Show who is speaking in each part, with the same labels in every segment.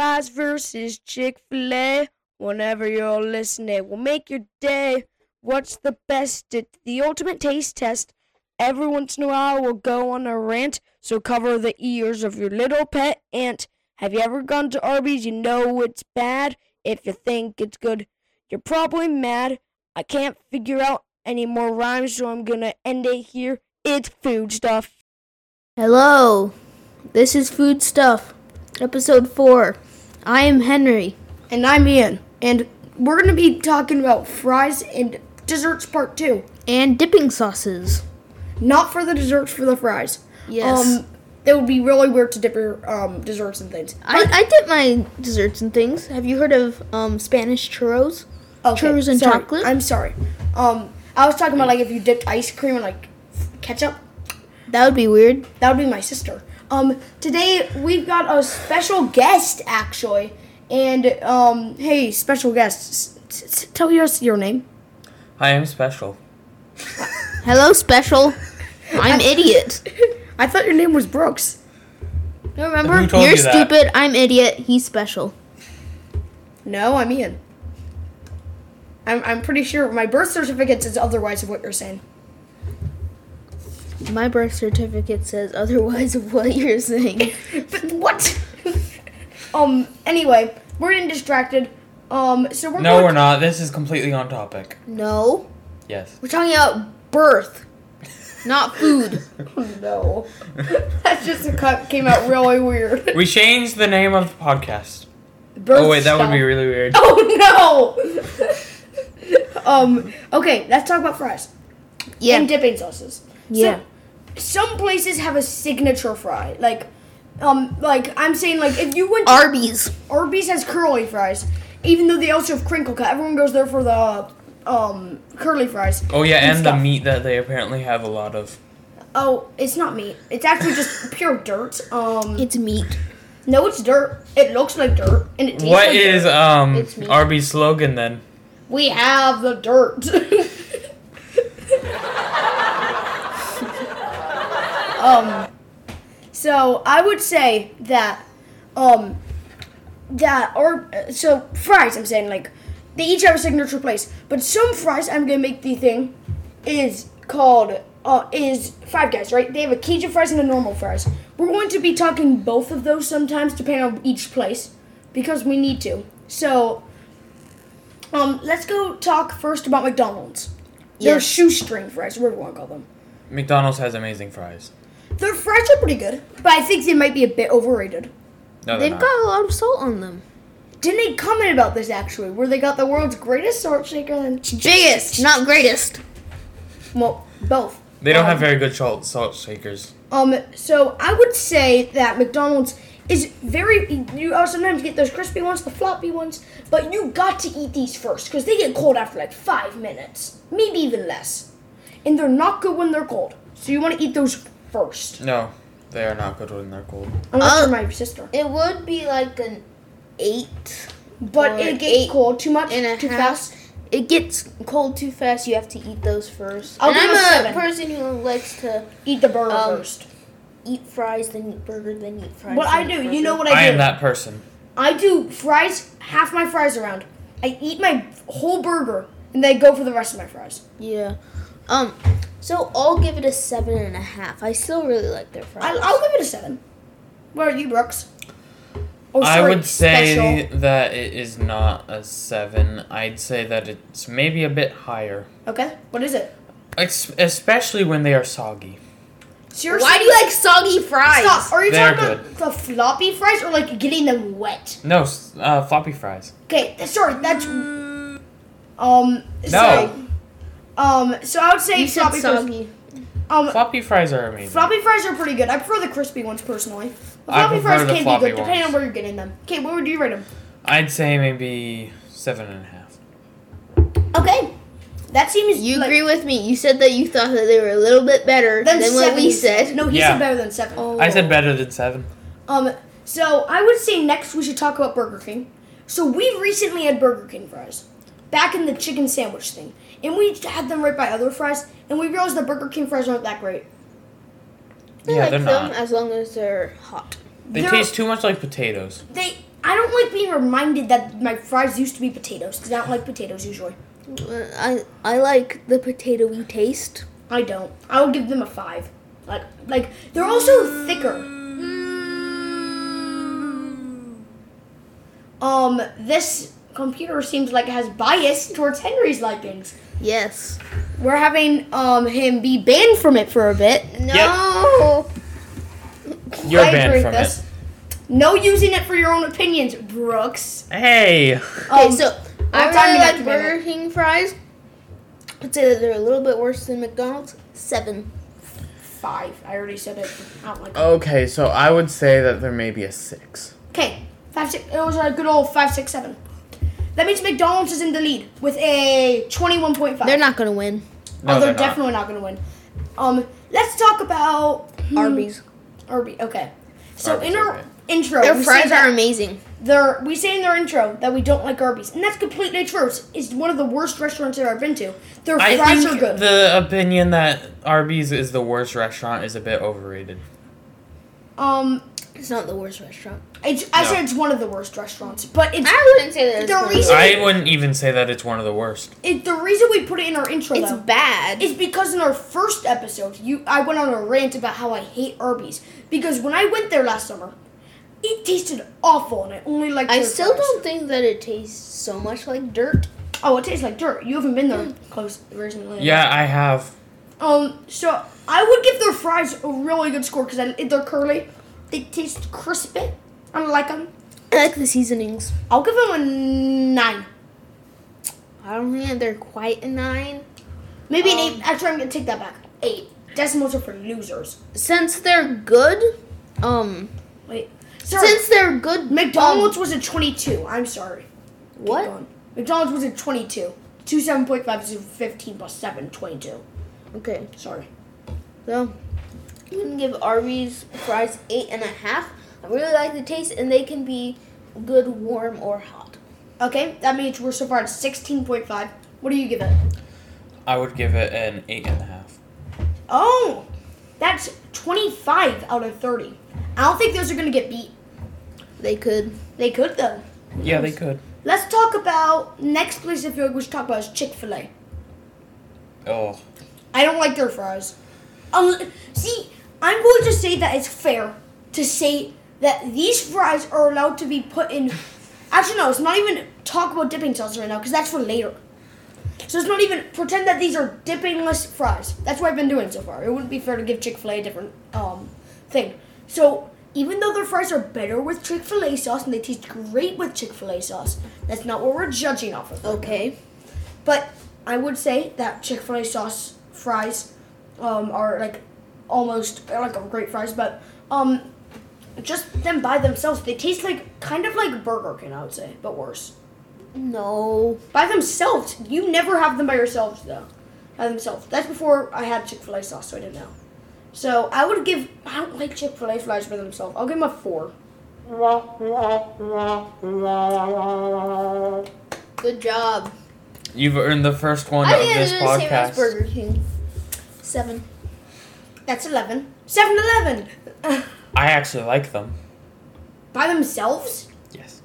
Speaker 1: Popeyes versus Chick fil A. Whenever you're listening, will make your day. What's the best? It's the ultimate taste test. Every once in a while, we'll go on a rant, so cover the ears of your little pet ant. Have you ever gone to Arby's? You know it's bad. If you think it's good, you're probably mad. I can't figure out any more rhymes, so I'm gonna end it here. It's food stuff.
Speaker 2: Hello, this is Food Stuff, episode 4. I am Henry.
Speaker 3: And I'm Ian. And we're going to be talking about fries and desserts part two.
Speaker 2: And dipping sauces.
Speaker 3: Not for the desserts, for the fries.
Speaker 2: Yes.
Speaker 3: Um, it would be really weird to dip your um, desserts and things.
Speaker 2: I, I dip my desserts and things. Have you heard of um, Spanish churros?
Speaker 3: Okay,
Speaker 2: churros and
Speaker 3: sorry.
Speaker 2: chocolate?
Speaker 3: I'm sorry. Um, I was talking about like if you dipped ice cream and like ketchup.
Speaker 2: that would be weird.
Speaker 3: That would be my sister. Um, today we've got a special guest actually, and um, hey, special guest, s- s- tell us your name.
Speaker 4: Hi, I'm special.
Speaker 2: Hello, special. I'm idiot.
Speaker 3: I thought your name was Brooks.
Speaker 2: No, Remember?
Speaker 4: Who told
Speaker 2: You're
Speaker 4: you that?
Speaker 2: stupid. I'm idiot. He's special.
Speaker 3: No, I'm Ian. I'm, I'm pretty sure my birth certificate says otherwise of what you're saying.
Speaker 2: My birth certificate says otherwise of what you're saying.
Speaker 3: But what? um. Anyway, we're getting distracted. Um. So we're
Speaker 4: No,
Speaker 3: going
Speaker 4: we're not. This is completely on topic.
Speaker 2: no,
Speaker 4: Yes.
Speaker 2: we're talking about birth, not food.
Speaker 3: No. that just cut, came out really weird.
Speaker 4: We changed the name of the podcast.
Speaker 3: Birth
Speaker 4: Oh, wait, that would
Speaker 3: stuff.
Speaker 4: be really weird.
Speaker 3: Oh no. um. Okay, let's talk about fries
Speaker 2: Yeah.
Speaker 3: and dipping sauces.
Speaker 2: Yeah.
Speaker 3: So, some places have a signature fry, like, um, like I'm saying, like if you went to
Speaker 2: Arby's.
Speaker 3: Arby's has curly fries, even though they also have crinkle cut. Everyone goes there for the um curly fries.
Speaker 4: Oh, yeah, and the
Speaker 3: stuff.
Speaker 4: meat that they apparently have a lot of.
Speaker 3: Oh, it's not meat. It's actually just pure dirt. Um,
Speaker 2: It's meat.
Speaker 3: no, it's dirt. It looks like dirt, and it tastes
Speaker 4: What
Speaker 3: like
Speaker 4: is
Speaker 3: dirt.
Speaker 4: um
Speaker 2: It's meat.
Speaker 4: Arby's slogan then?
Speaker 3: We have the dirt. um, so I would say that, um, that or so fries. I'm saying like they each have a signature place, but some fries I'm gonna make the thing is called uh is Five Guys, right? They have a Cajun fries and a normal fries. We're going to be talking both of those sometimes, depending on each place, because we need to. So um, let's go talk first about McDonald's. Their
Speaker 2: Yeah.
Speaker 3: shoestring fries, whatever you want to call them.
Speaker 4: McDonald's has amazing fries.
Speaker 3: Their fries are pretty good, but I think they might be a bit overrated.
Speaker 4: No, they're
Speaker 2: They've
Speaker 4: not.
Speaker 2: got a lot of salt on them.
Speaker 3: Didn't they comment about this actually? Where they got the world's greatest salt shaker and
Speaker 2: Biggest, not greatest.
Speaker 3: well, both.
Speaker 4: They don't
Speaker 3: Um,
Speaker 4: have very good salt salt shakers.
Speaker 3: Um, so I would say that McDonald's is very. You also sometimes get those crispy ones, the floppy ones, but you got to eat these first because they get cold after like five minutes, maybe even less, and they're not good when they're cold. So you want to eat those first.
Speaker 4: No, they are not good when they're cold.
Speaker 3: Unless
Speaker 2: Uh,
Speaker 3: you're my sister.
Speaker 2: It would be like an eight
Speaker 3: But
Speaker 2: or
Speaker 3: it
Speaker 2: eight
Speaker 3: gets cold too much,
Speaker 2: and a
Speaker 3: too
Speaker 2: half.
Speaker 3: fast.
Speaker 2: It gets cold too fast. You have to eat those first.
Speaker 3: I'll
Speaker 2: and
Speaker 3: give
Speaker 2: I'm
Speaker 3: it a
Speaker 2: a
Speaker 3: seven.
Speaker 2: person who likes to
Speaker 3: Eat the burger
Speaker 2: Um,
Speaker 3: first.
Speaker 2: eat fries, then eat burger, then eat fries.
Speaker 3: What I
Speaker 2: then
Speaker 3: do,
Speaker 2: eat
Speaker 3: you know
Speaker 2: burger.
Speaker 3: what I,
Speaker 4: I
Speaker 3: do?
Speaker 4: am that person.
Speaker 3: I do fries, half my fries around. I eat my whole burger, and then I go for the rest of my fries.
Speaker 2: Yeah. Um. So I'll give it a seven and a half. I still really like their fries.
Speaker 3: I, I'll give it a seven. Where are you, Brooks? Oh,
Speaker 4: I
Speaker 3: sorry,
Speaker 4: would say
Speaker 3: special.
Speaker 4: that it is not a seven. I'd say that it's maybe a bit higher,
Speaker 3: Okay, what is it?
Speaker 4: Ex- especially when they are soggy.
Speaker 3: Seriously?
Speaker 2: Why do you like soggy fries?
Speaker 3: Stop. Are you
Speaker 4: They're
Speaker 3: talking about the floppy fries or like getting them wet?
Speaker 4: No, s- uh, floppy fries.
Speaker 3: Okay, th- sorry, that's. Um. No.
Speaker 4: No.
Speaker 3: Um. So I would say
Speaker 2: You said
Speaker 3: floppy fries.
Speaker 2: soggy.
Speaker 3: Um.
Speaker 4: Floppy fries are amazing.
Speaker 3: Floppy fries are pretty good. I prefer the crispy ones personally. The
Speaker 4: I
Speaker 3: floppy
Speaker 4: prefer
Speaker 3: fries
Speaker 4: the
Speaker 3: can
Speaker 4: floppy
Speaker 3: be good depending
Speaker 4: ones.
Speaker 3: on where you're getting them. Okay, what would you rate them?
Speaker 4: I'd say maybe seven and a half.
Speaker 3: Okay, that seems.
Speaker 2: You
Speaker 3: like,
Speaker 2: agree with me. You said that you thought that they were a little bit better
Speaker 3: than
Speaker 2: than, what we
Speaker 3: seven.
Speaker 2: said. Oh,
Speaker 3: No, he
Speaker 4: Yeah.
Speaker 3: said better than seven.
Speaker 4: I said better than seven.
Speaker 3: Um. So I would say next we should talk about Burger King. So we recently had Burger King fries, back in the chicken sandwich thing, and we had them right by other fries, and we realized that Burger King fries aren't that great.
Speaker 2: I
Speaker 4: yeah,
Speaker 2: like
Speaker 4: they're
Speaker 2: them
Speaker 4: not.
Speaker 2: as long as they're hot.
Speaker 4: They
Speaker 3: they're-
Speaker 4: taste too much like potatoes.
Speaker 3: They. don't like being reminded that my fries used to be potatoes because I don't like potatoes usually.
Speaker 2: I I like the potatoy taste.
Speaker 3: I don't. I would give them a five. Like, like they're also thicker. Um, this computer seems like it has bias towards Henry's likings.
Speaker 2: Yes.
Speaker 3: We're having um him be banned from it for a bit.
Speaker 2: No.
Speaker 4: You're
Speaker 3: I
Speaker 4: banned
Speaker 3: agree
Speaker 4: from
Speaker 3: with this.
Speaker 4: it.
Speaker 3: No using it for your own opinions, Brooks.
Speaker 4: Hey.
Speaker 2: Okay,
Speaker 3: Um,
Speaker 2: so
Speaker 3: time
Speaker 2: I
Speaker 3: do you
Speaker 2: really
Speaker 3: got
Speaker 2: like
Speaker 3: to Memo?
Speaker 2: Burger King fries. I'd say that they're a little bit worse than McDonald's. Seven.
Speaker 3: five. I already said it. I don't like it.
Speaker 4: Okay, so I would say that there may be a six.
Speaker 3: Okay, five six. It was a good old five six seven. That means McDonald's is in the lead with a twenty-one point five.
Speaker 2: They're not gonna win.
Speaker 4: No,
Speaker 3: oh,
Speaker 4: they're
Speaker 3: they're,
Speaker 4: not.
Speaker 3: definitely not. going to win. Um, let's talk about hmm,
Speaker 2: Arby's.
Speaker 3: Arby. Okay. So
Speaker 4: Arby's,
Speaker 3: in our
Speaker 4: okay.
Speaker 3: intro,
Speaker 2: Their
Speaker 3: we
Speaker 2: fries
Speaker 3: say that
Speaker 2: are amazing.
Speaker 3: They're, we say in their intro that we don't like Arby's, and that's completely true. It's, it's one of the worst restaurants I've ever been to. Their
Speaker 4: I
Speaker 3: fries
Speaker 4: think
Speaker 3: are good.
Speaker 4: the opinion that Arby's is the worst restaurant is a bit overrated.
Speaker 3: um,
Speaker 2: It's not the worst restaurant.
Speaker 3: it's, I
Speaker 4: No.
Speaker 3: said it's one of the worst restaurants, but it's
Speaker 2: I wouldn't say that it's
Speaker 3: the
Speaker 2: one of
Speaker 3: reason-
Speaker 4: I wouldn't even say that it's one of the worst.
Speaker 3: it, the reason we put it in our intro.
Speaker 2: It's
Speaker 3: though,
Speaker 2: bad.
Speaker 3: It's because in our first episode, you I went on a rant about how I hate Arby's because when I went there last summer, it tasted awful, and I only liked.
Speaker 2: I
Speaker 3: their
Speaker 2: still
Speaker 3: fries.
Speaker 2: don't think that it tastes so much like dirt.
Speaker 3: Oh, it tastes like dirt. You haven't been
Speaker 2: Mm.
Speaker 3: there close recently.
Speaker 4: Yeah, I have.
Speaker 3: Um. So I would give their fries a really good score because they're curly. They taste crispy. I like them.
Speaker 2: I like the seasonings.
Speaker 3: I'll give them a nine,
Speaker 2: I don't think that they're quite a nine.
Speaker 3: maybe an
Speaker 2: Um,
Speaker 3: eight. Actually, I'm gonna take that back. Eight. Decimals are for losers.
Speaker 2: Since they're good, um,
Speaker 3: Wait. Sorry.
Speaker 2: since they're good,
Speaker 3: McDonald's was a 22. I'm sorry.
Speaker 2: um, what?
Speaker 3: Gone. McDonald's was at 22. 2 7.5 is 15 plus 7, 22.
Speaker 2: Okay,
Speaker 3: Sorry.
Speaker 2: so I'm gonna give Arby's fries eight and a half. I really like the taste, and they can be good warm or hot.
Speaker 3: Okay, that means we're so far at 16.5. What do you give it?
Speaker 4: I would give it an eight and a half.
Speaker 3: Oh, that's 25 out of 30. I don't think those are going to get beat.
Speaker 2: They could.
Speaker 3: They could, though.
Speaker 4: Yeah, they could.
Speaker 3: Let's talk about next place I feel like we should talk about is Chick fil A.
Speaker 4: Oh,
Speaker 3: I don't like their fries. Um, see, I'm going to say that it's fair to say that these fries are allowed to be put in. Actually, no, it's not even talk about dipping sauce right now because that's for later. So it's not even pretend that these are dippingless fries. That's what I've been doing so far. It wouldn't be fair to give Chick Fil A a different um thing. So even though their fries are better with Chick Fil A sauce and they taste great with Chick Fil A sauce, that's not what we're judging off of.
Speaker 2: Okay.
Speaker 3: But I would say that Chick Fil A sauce fries um, are like almost they're like great fries, but um, just them by themselves, they taste like kind of like Burger King, I would say, but worse.
Speaker 2: No.
Speaker 3: By themselves, you never have them by yourselves though. By themselves, that's before I had Chick Fil A sauce, so I didn't know. So I would give. I don't like Chick Fil A fries by themselves. I'll give them a four.
Speaker 2: Good job.
Speaker 4: you've earned the first one
Speaker 2: I
Speaker 4: of
Speaker 2: think
Speaker 4: this
Speaker 2: they're the same as
Speaker 4: podcast.
Speaker 2: Burger King. Seven.
Speaker 3: That's eleven. Seven Eleven.
Speaker 4: I actually like them.
Speaker 3: By themselves?
Speaker 4: Yes.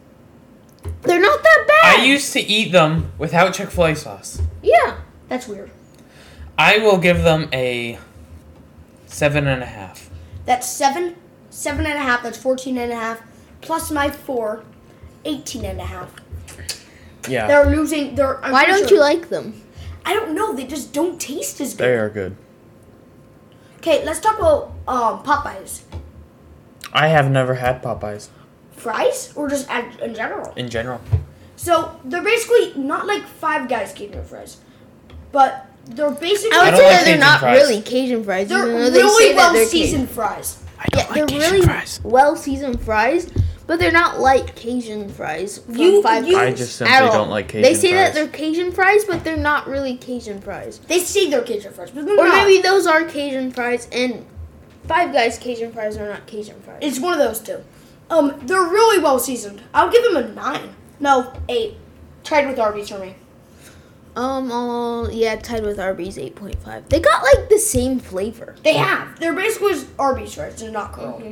Speaker 2: They're not that bad.
Speaker 4: I used to eat them without Chick Fil A sauce.
Speaker 2: yeah.
Speaker 3: That's weird.
Speaker 4: I will give them a seven and a half.
Speaker 3: That's seven, seven and a half, that's 14 and a half, plus my four, 18 and a half.
Speaker 4: Yeah,
Speaker 3: They're losing, they're, I'm
Speaker 2: Why
Speaker 3: pretty
Speaker 2: don't
Speaker 3: sure-
Speaker 2: you like them?
Speaker 3: I don't know, they just don't taste as good.
Speaker 4: they are good.
Speaker 3: Okay, let's talk about um, Popeyes.
Speaker 4: I have never had Popeyes
Speaker 3: Fries, or just ad- in general?
Speaker 4: in general.
Speaker 3: So, they're basically not like Five Guys Cajun fries, but they're basically,
Speaker 2: I
Speaker 4: don't
Speaker 2: would say
Speaker 4: like
Speaker 2: that they're
Speaker 4: Cajun
Speaker 2: not
Speaker 4: fries.
Speaker 2: really Cajun fries.
Speaker 3: they're
Speaker 2: even though they say
Speaker 3: really
Speaker 2: that
Speaker 3: well
Speaker 2: they're Cajun.
Speaker 3: seasoned fries.
Speaker 4: I
Speaker 2: Yeah, they're really well seasoned fries, but they're not like Cajun fries. From
Speaker 3: You-
Speaker 2: five
Speaker 3: you-
Speaker 2: Guys
Speaker 4: I just simply
Speaker 2: at all.
Speaker 4: don't like Cajun
Speaker 2: They say that
Speaker 4: fries.
Speaker 2: they're Cajun fries, but they're not really Cajun fries.
Speaker 3: They say they're Cajun fries, but they're
Speaker 2: Or
Speaker 3: not.
Speaker 2: maybe those are Cajun fries, and Five Guys Cajun fries are not Cajun fries.
Speaker 3: It's one of those two. Um, they're really well seasoned. I'll give them a nine. No, eight. Tried with Arby's for me.
Speaker 2: Um, all yeah, tied with Arby's eight point five. They got like the same flavor. Mm-hmm.
Speaker 3: They have. They're basically just Arby's fries. They're not curled.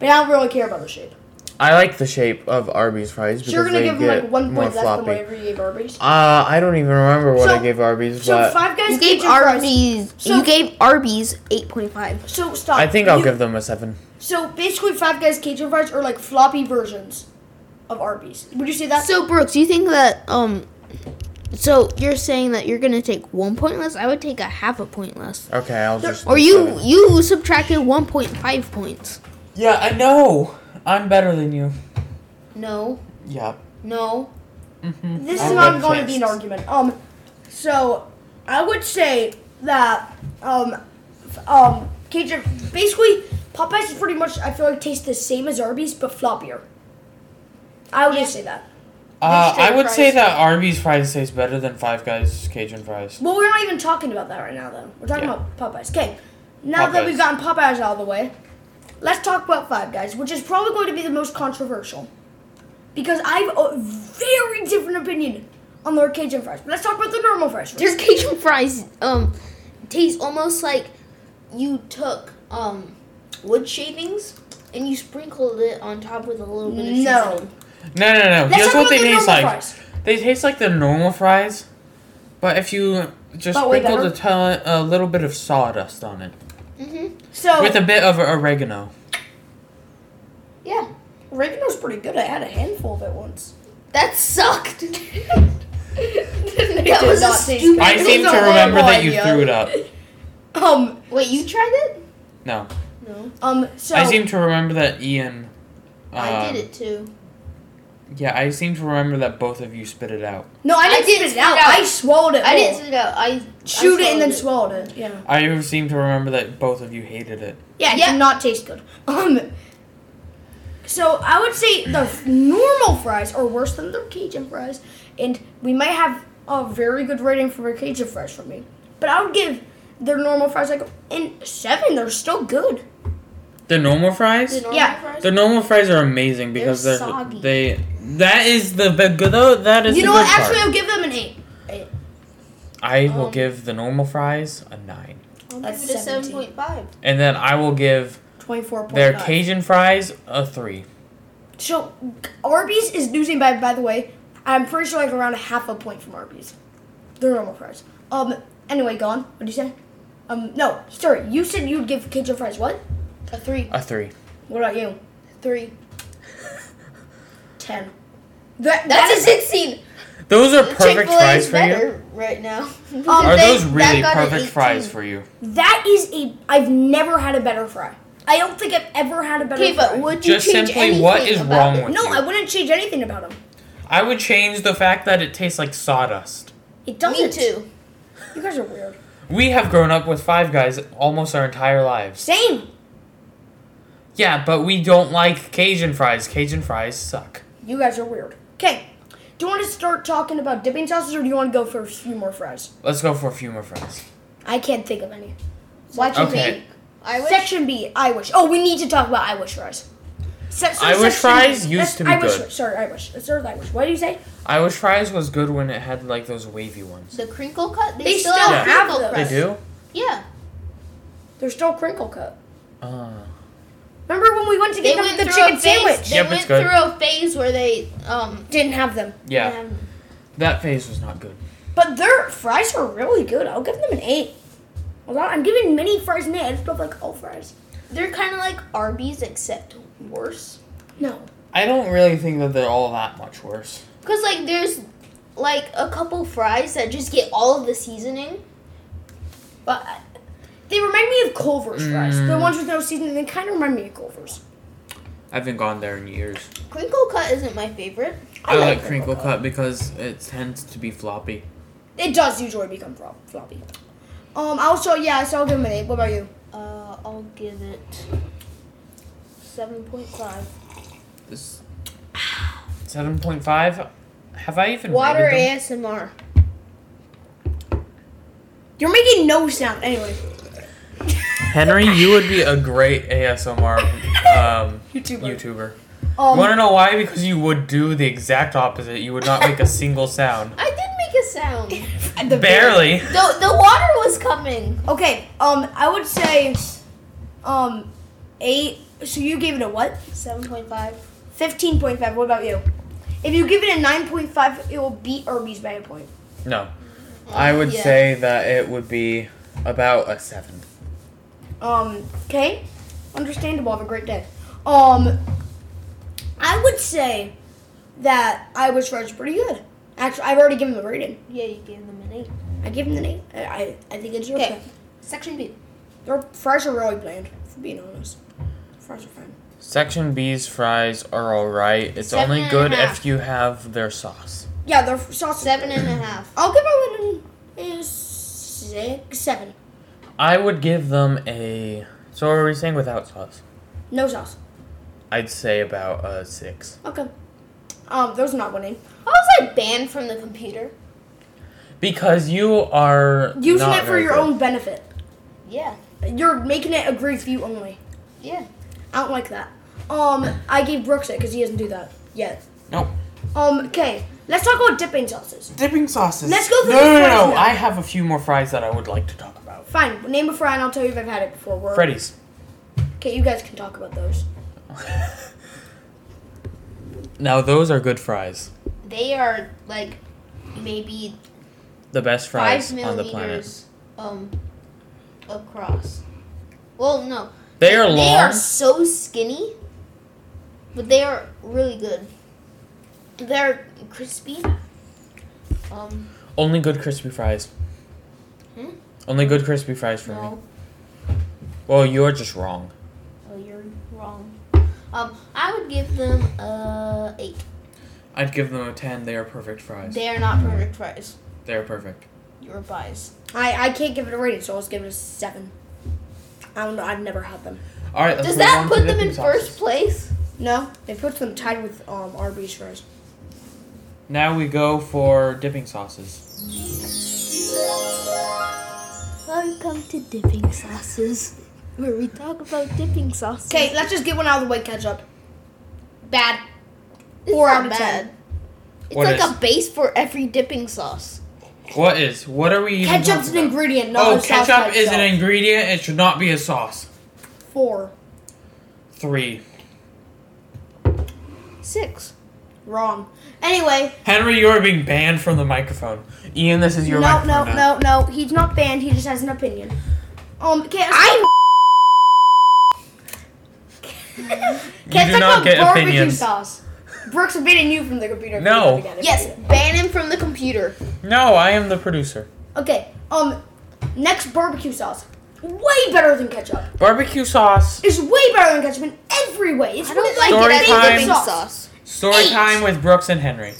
Speaker 3: But I don't really care about the shape.
Speaker 4: I like the shape of Arby's fries because
Speaker 3: So you're gonna
Speaker 4: they
Speaker 3: give them
Speaker 4: get
Speaker 3: like one
Speaker 4: more
Speaker 3: point less
Speaker 4: floppy.
Speaker 3: than whatever you gave Arby's.
Speaker 4: uh, I don't even remember what
Speaker 3: So-
Speaker 4: I gave Arby's,
Speaker 3: So
Speaker 4: but
Speaker 3: Five Guys
Speaker 2: You gave
Speaker 3: Cajun fries-
Speaker 2: Arby's.
Speaker 3: So-
Speaker 2: you gave Arby's eight point five.
Speaker 3: So stop.
Speaker 4: I think I'll
Speaker 3: You-
Speaker 4: give them a seven.
Speaker 3: So basically, Five Guys Cajun fries are like floppy versions of Arby's. Would you say that?
Speaker 2: So Brooks, you think that um, so you're saying that you're gonna take one point less? I would take a half a point less.
Speaker 4: Okay, I'll just.
Speaker 2: Or
Speaker 4: do
Speaker 2: you
Speaker 4: seven.
Speaker 2: you subtracted one point five points.
Speaker 4: Yeah, I know. I'm better than you.
Speaker 2: No,
Speaker 4: Yeah.
Speaker 2: no.
Speaker 3: This
Speaker 4: I
Speaker 3: is
Speaker 4: would
Speaker 3: not
Speaker 4: like
Speaker 3: going to be an
Speaker 4: tests.
Speaker 3: argument. Um, so I would say that um, f- um, Cajun basically Popeyes is pretty much I feel like tastes the same as Arby's but floppier. I would just say that.
Speaker 4: Uh,
Speaker 3: These
Speaker 4: I would say
Speaker 3: fries.
Speaker 4: that Arby's fries taste better than Five Guys Cajun fries.
Speaker 3: Well, we're not even talking about that right now, though. We're talking
Speaker 4: Yeah.
Speaker 3: about Popeyes. Okay, now that we've
Speaker 4: Popeyes.
Speaker 3: gotten Popeyes out of the way, let's talk about Five Guys, which is probably going to be the most controversial because I have a very different opinion on their Cajun fries. But let's talk about the normal fries. first.
Speaker 2: Their Cajun fries um taste almost like you took um wood shavings and you sprinkled it on top with a little bit of
Speaker 3: No.
Speaker 4: No, no, no.
Speaker 3: Let's
Speaker 4: Here's
Speaker 3: talk
Speaker 4: what
Speaker 3: about
Speaker 4: they
Speaker 3: the
Speaker 4: taste
Speaker 3: normal
Speaker 4: like.
Speaker 3: fries.
Speaker 4: They taste like the normal fries, but if you just
Speaker 3: But way
Speaker 4: sprinkled a,
Speaker 3: better.
Speaker 4: tel- a little bit of sawdust on it
Speaker 2: Mm-hmm.
Speaker 3: So
Speaker 4: with a bit of oregano.
Speaker 2: Yeah,
Speaker 3: oregano's pretty good. I had a handful of it once.
Speaker 2: that sucked. that
Speaker 3: did
Speaker 2: was a
Speaker 3: not taste
Speaker 2: stupid.
Speaker 3: good.
Speaker 4: I
Speaker 3: It's
Speaker 4: seem to
Speaker 3: a
Speaker 4: remember
Speaker 3: horrible
Speaker 4: that you
Speaker 3: idea.
Speaker 4: threw it up.
Speaker 3: Um,
Speaker 2: Wait, you tried it?
Speaker 4: No,
Speaker 2: No,
Speaker 3: um. So
Speaker 4: I seem to remember that Ian. Uh,
Speaker 2: I did it too.
Speaker 4: Yeah, I seem to remember that both of you spit it out.
Speaker 3: no, I
Speaker 2: I
Speaker 3: didn't
Speaker 2: didn't
Speaker 3: spit it
Speaker 2: spit
Speaker 3: out.
Speaker 2: out.
Speaker 3: I swallowed it.
Speaker 2: I
Speaker 3: whole.
Speaker 2: didn't spit it out. I
Speaker 3: Chewed
Speaker 2: I
Speaker 3: it and then
Speaker 2: swallowed
Speaker 3: swallowed it. Yeah.
Speaker 4: I seem to remember that both of you hated it.
Speaker 3: Yeah, it
Speaker 2: Yeah.
Speaker 3: did not taste good. Um, so I would say the f- normal fries are worse than their Cajun fries, and we might have a very good rating for their Cajun fries from me. But I would give their normal fries like an seven. They're still good.
Speaker 4: The normal fries?
Speaker 2: The normal
Speaker 3: Yeah.
Speaker 2: fries?
Speaker 4: The normal fries are amazing because
Speaker 2: They're
Speaker 4: they're,
Speaker 2: soggy.
Speaker 4: they that is the big good though that is
Speaker 3: you
Speaker 4: the
Speaker 3: know what?
Speaker 4: good
Speaker 3: Actually,
Speaker 4: part.
Speaker 3: I'll give them an eight.
Speaker 4: I will
Speaker 2: um,
Speaker 4: give the normal fries a nine,
Speaker 2: I'll
Speaker 3: That's
Speaker 2: give it a
Speaker 3: 17.
Speaker 2: seven point five.
Speaker 4: and then I will give
Speaker 3: Twenty-four point
Speaker 4: their Cajun fries a three.
Speaker 3: So Arby's is losing by by the way. I'm pretty sure like around a half a point from Arby's. They're normal fries. Um. Anyway, gone. What would you say? Um. No. Sorry. You said you'd give Cajun fries what?
Speaker 2: A three,
Speaker 4: A three.
Speaker 3: What about you?
Speaker 2: three.
Speaker 3: Ten. That,
Speaker 2: That's a
Speaker 3: that's it.
Speaker 2: sixteen.
Speaker 4: Those are perfect
Speaker 2: Chick-fil-A
Speaker 4: fries
Speaker 2: is
Speaker 4: for you.
Speaker 2: better right now.
Speaker 4: Are
Speaker 2: They-
Speaker 4: those
Speaker 2: that
Speaker 4: really
Speaker 2: got an
Speaker 4: perfect
Speaker 2: 18.
Speaker 4: fries for you?
Speaker 3: That is a. I've never had a better fry. I don't think I've ever had a better.
Speaker 2: Okay,
Speaker 3: fry.
Speaker 2: but would you
Speaker 4: Just
Speaker 2: change
Speaker 4: simply, what
Speaker 2: anything
Speaker 4: is
Speaker 2: about
Speaker 4: wrong
Speaker 2: it?
Speaker 4: with-
Speaker 3: no, I wouldn't change anything about them.
Speaker 4: I would change the fact that it tastes like sawdust.
Speaker 3: It doesn't.
Speaker 2: Me too.
Speaker 3: You guys are weird.
Speaker 4: We have grown up with Five Guys almost our entire lives.
Speaker 3: Same.
Speaker 4: Yeah, but we don't like Cajun fries. Cajun fries suck.
Speaker 3: You guys are weird. Okay. Do you want to start talking about dipping sauces, or do you want to go for a few more fries?
Speaker 4: Let's go for a few more fries.
Speaker 3: I can't think of any.
Speaker 2: Why can't
Speaker 4: Okay.
Speaker 2: we? I wish.
Speaker 3: Section B, I wish. Oh, we need to talk about I wish fries. Se- so
Speaker 4: I wish
Speaker 3: section
Speaker 4: fries
Speaker 3: B,
Speaker 4: used
Speaker 3: let's-
Speaker 4: to be
Speaker 3: I wish,
Speaker 4: good.
Speaker 3: fries- Sorry, I wish. Sorry, I wish. What do you say?
Speaker 4: I wish fries was good when it had like those wavy ones.
Speaker 2: The crinkle cut? They,
Speaker 3: They
Speaker 2: still,
Speaker 3: still have
Speaker 2: have, crinkle
Speaker 3: those.
Speaker 2: cut.
Speaker 4: They do?
Speaker 2: Yeah.
Speaker 3: They're still crinkle cut.
Speaker 4: Uh,
Speaker 3: Remember when we went to
Speaker 2: They
Speaker 3: get them
Speaker 2: went
Speaker 3: with the
Speaker 2: through
Speaker 3: chicken
Speaker 2: a phase.
Speaker 3: sandwich?
Speaker 2: They
Speaker 4: Yep, it's
Speaker 2: went
Speaker 4: good.
Speaker 2: through a phase where they um.
Speaker 3: Didn't have them.
Speaker 4: yeah,
Speaker 2: um,
Speaker 4: that phase was not good.
Speaker 3: But their fries were really good. I'll give them an 8. Well, I'm giving many fries an 8. I just love like all fries.
Speaker 2: They're kind of like Arby's except worse.
Speaker 3: No.
Speaker 4: I don't really think that they're all that much worse.
Speaker 2: Cause like there's like a couple fries that just get all of the seasoning.
Speaker 3: But I- they remind me of Culver's fries. The
Speaker 4: Mm.
Speaker 3: ones with no seasoning, they kind of remind me of Culver's.
Speaker 4: I haven't gone there in years.
Speaker 2: Crinkle cut isn't my favorite.
Speaker 4: I, like,
Speaker 3: crinkle
Speaker 4: crinkle cut because it tends to be floppy.
Speaker 3: It does usually become flop- floppy. Um, also, yeah, so I'll give them an 8. What about you?
Speaker 2: Uh, I'll give it seven point five.
Speaker 4: This seven point five. Have I even
Speaker 2: Water
Speaker 4: rated them?
Speaker 2: ASMR.
Speaker 3: You're making no sound. Anyway,
Speaker 4: Henry? You would be a great ASMR um,
Speaker 3: YouTuber.
Speaker 4: YouTuber.
Speaker 3: Um,
Speaker 4: you want to know why? Because you would do the exact opposite. You would not make a single sound.
Speaker 2: I did make a sound.
Speaker 3: at the
Speaker 4: Barely.
Speaker 2: the the water was coming.
Speaker 3: very- Okay. Um, I would say, um, eight. So you gave it a what?
Speaker 2: Seven point five.
Speaker 3: 15.5. What about you? If you give it a 9.5, it will beat Arby's by a point.
Speaker 4: No. I would
Speaker 2: Yeah.
Speaker 4: say that it would be about a seven.
Speaker 3: Um, okay. Understandable. Have a great day. Um, I would say that I was charged pretty good. Actually, I've already given the rating.
Speaker 2: Yeah, you gave them an eight.
Speaker 3: I gave him the name. I, I, I think it's
Speaker 2: Okay.
Speaker 3: okay.
Speaker 2: Section B.
Speaker 3: Their fries are really bland, for being honest. Fries are fine.
Speaker 4: Section B's fries are alright. It's
Speaker 2: Seven
Speaker 4: only
Speaker 2: and a
Speaker 4: good
Speaker 2: half.
Speaker 4: if you have their sauce.
Speaker 3: Yeah, their f- sauce. is
Speaker 2: Seven
Speaker 3: good.
Speaker 2: and a half.
Speaker 3: I'll give it an uh, six, seven.
Speaker 4: I would give them a. So, what are we saying without sauce?
Speaker 3: No sauce.
Speaker 4: I'd say about a six.
Speaker 3: Okay. Um, those are not winning.
Speaker 2: How was I banned from the computer?
Speaker 4: Because you are.
Speaker 3: Using
Speaker 4: not
Speaker 3: it for
Speaker 4: very
Speaker 3: your
Speaker 4: good.
Speaker 3: own benefit.
Speaker 2: Yeah.
Speaker 3: You're making it a grade for you only.
Speaker 2: Yeah.
Speaker 3: I don't like that. Um, I gave Brooks it because he doesn't do that yet.
Speaker 5: No.
Speaker 3: Um, okay. Let's talk about dipping sauces.
Speaker 5: Dipping sauces.
Speaker 3: Let's go through
Speaker 4: No,
Speaker 3: the
Speaker 4: no,
Speaker 3: fries
Speaker 4: no, no.
Speaker 3: now.
Speaker 4: I have a few more fries that I would like to talk about.
Speaker 3: Fine. Name a fry and I'll tell you if I've had it before. We're-
Speaker 4: Freddy's.
Speaker 3: Okay, you guys can talk about those.
Speaker 4: Now, those are good fries.
Speaker 2: They are like maybe
Speaker 4: The best
Speaker 2: five
Speaker 4: fries on the planet.
Speaker 2: millimeters um across. Well, no.
Speaker 4: They are long.
Speaker 2: They are so skinny, but they are really good. They're crispy. Um,
Speaker 4: Only good crispy fries.
Speaker 2: Hmm?
Speaker 4: Only good crispy fries for me.
Speaker 2: no,
Speaker 4: Well, you're just wrong.
Speaker 2: oh, you're wrong. Um, I would give them a eight.
Speaker 4: I'd give them a 10. They are perfect fries.
Speaker 2: They are not perfect fries.
Speaker 4: They're perfect.
Speaker 2: Your bias.
Speaker 3: I, I can't give it a rating, so I'll just give it a seven. I don't know. I've never had them.
Speaker 4: All right, let's
Speaker 2: Does
Speaker 4: move
Speaker 2: that
Speaker 4: on
Speaker 2: put
Speaker 4: to
Speaker 2: them
Speaker 4: dipping
Speaker 2: in
Speaker 4: sauces.
Speaker 2: first place?
Speaker 3: No, it puts them tied with um, Arby's fries.
Speaker 4: Now we go for dipping sauces.
Speaker 2: Welcome to dipping sauces, where we talk about dipping sauces.
Speaker 3: Okay, let's just get one out of the way. Ketchup.
Speaker 2: bad. It's
Speaker 3: Four
Speaker 2: not
Speaker 3: out of ten.
Speaker 2: bad. It's
Speaker 4: What
Speaker 2: like
Speaker 4: is?
Speaker 2: a base for every dipping sauce.
Speaker 4: What is? What are we even
Speaker 3: Ketchup's an
Speaker 4: talking about?
Speaker 3: ingredient, not
Speaker 4: Oh,
Speaker 3: a sauce by
Speaker 4: ketchup is an
Speaker 3: itself.
Speaker 4: ingredient. It should not be a sauce.
Speaker 3: Four.
Speaker 4: Three.
Speaker 2: Six.
Speaker 3: Wrong. Anyway,
Speaker 4: Henry, you are being banned from the microphone. Ian, this is your
Speaker 3: no, no,
Speaker 4: microphone. now.
Speaker 3: no, no. He's not banned. He just has an opinion. Um, okay, I.
Speaker 4: You do not get opinions.
Speaker 3: sauce. Brooks are beating you from the computer. if you
Speaker 4: No.
Speaker 3: do that again.
Speaker 2: Yes, ban him from the computer.
Speaker 4: No, I am the producer.
Speaker 3: Okay. Um, next barbecue sauce. Way better than ketchup.
Speaker 4: Barbecue sauce.
Speaker 3: It's way better than ketchup in every way. It's
Speaker 2: I
Speaker 3: one of
Speaker 2: don't
Speaker 3: the
Speaker 2: like
Speaker 4: Story
Speaker 2: it as
Speaker 4: time.
Speaker 2: dipping sauce.
Speaker 4: Story
Speaker 2: Eight.
Speaker 4: time with Brooks and Henry.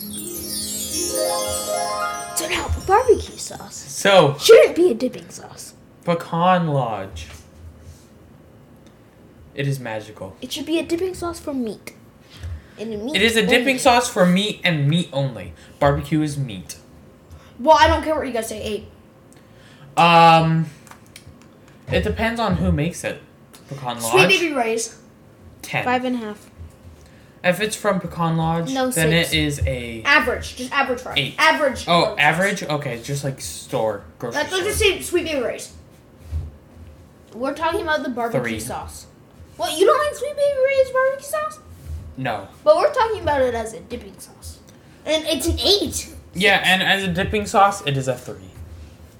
Speaker 2: So now, barbecue sauce
Speaker 4: So,
Speaker 2: shouldn't be a dipping sauce.
Speaker 4: Pecan Lodge. It is magical.
Speaker 2: It should be a dipping sauce for meat. And meat
Speaker 4: It is a dipping
Speaker 2: only.
Speaker 4: sauce for meat and meat only. Barbecue is meat.
Speaker 3: Well, I don't care what you guys say. Eight.
Speaker 4: Um, it depends on who makes it. Pecan
Speaker 3: Sweet
Speaker 4: Lodge.
Speaker 3: baby Ray's.
Speaker 4: Ten.
Speaker 2: Five and a half.
Speaker 4: If it's from Pecan Lodge,
Speaker 2: No,
Speaker 4: then
Speaker 2: six.
Speaker 4: it is a.
Speaker 3: Average. Just average fries.
Speaker 4: Eight.
Speaker 3: Average.
Speaker 4: Oh,
Speaker 3: fries.
Speaker 4: average. Okay, just like store grocery.
Speaker 3: Let's, let's
Speaker 4: store.
Speaker 3: just say sweet baby Ray's.
Speaker 2: We're talking about the barbecue
Speaker 4: Three.
Speaker 2: sauce. Well, you don't like Sweet Baby Ray's barbecue sauce?
Speaker 4: no.
Speaker 2: But we're talking about it as a dipping sauce.
Speaker 3: And it's an eight.
Speaker 4: Yeah, and as a dipping sauce, it is a three.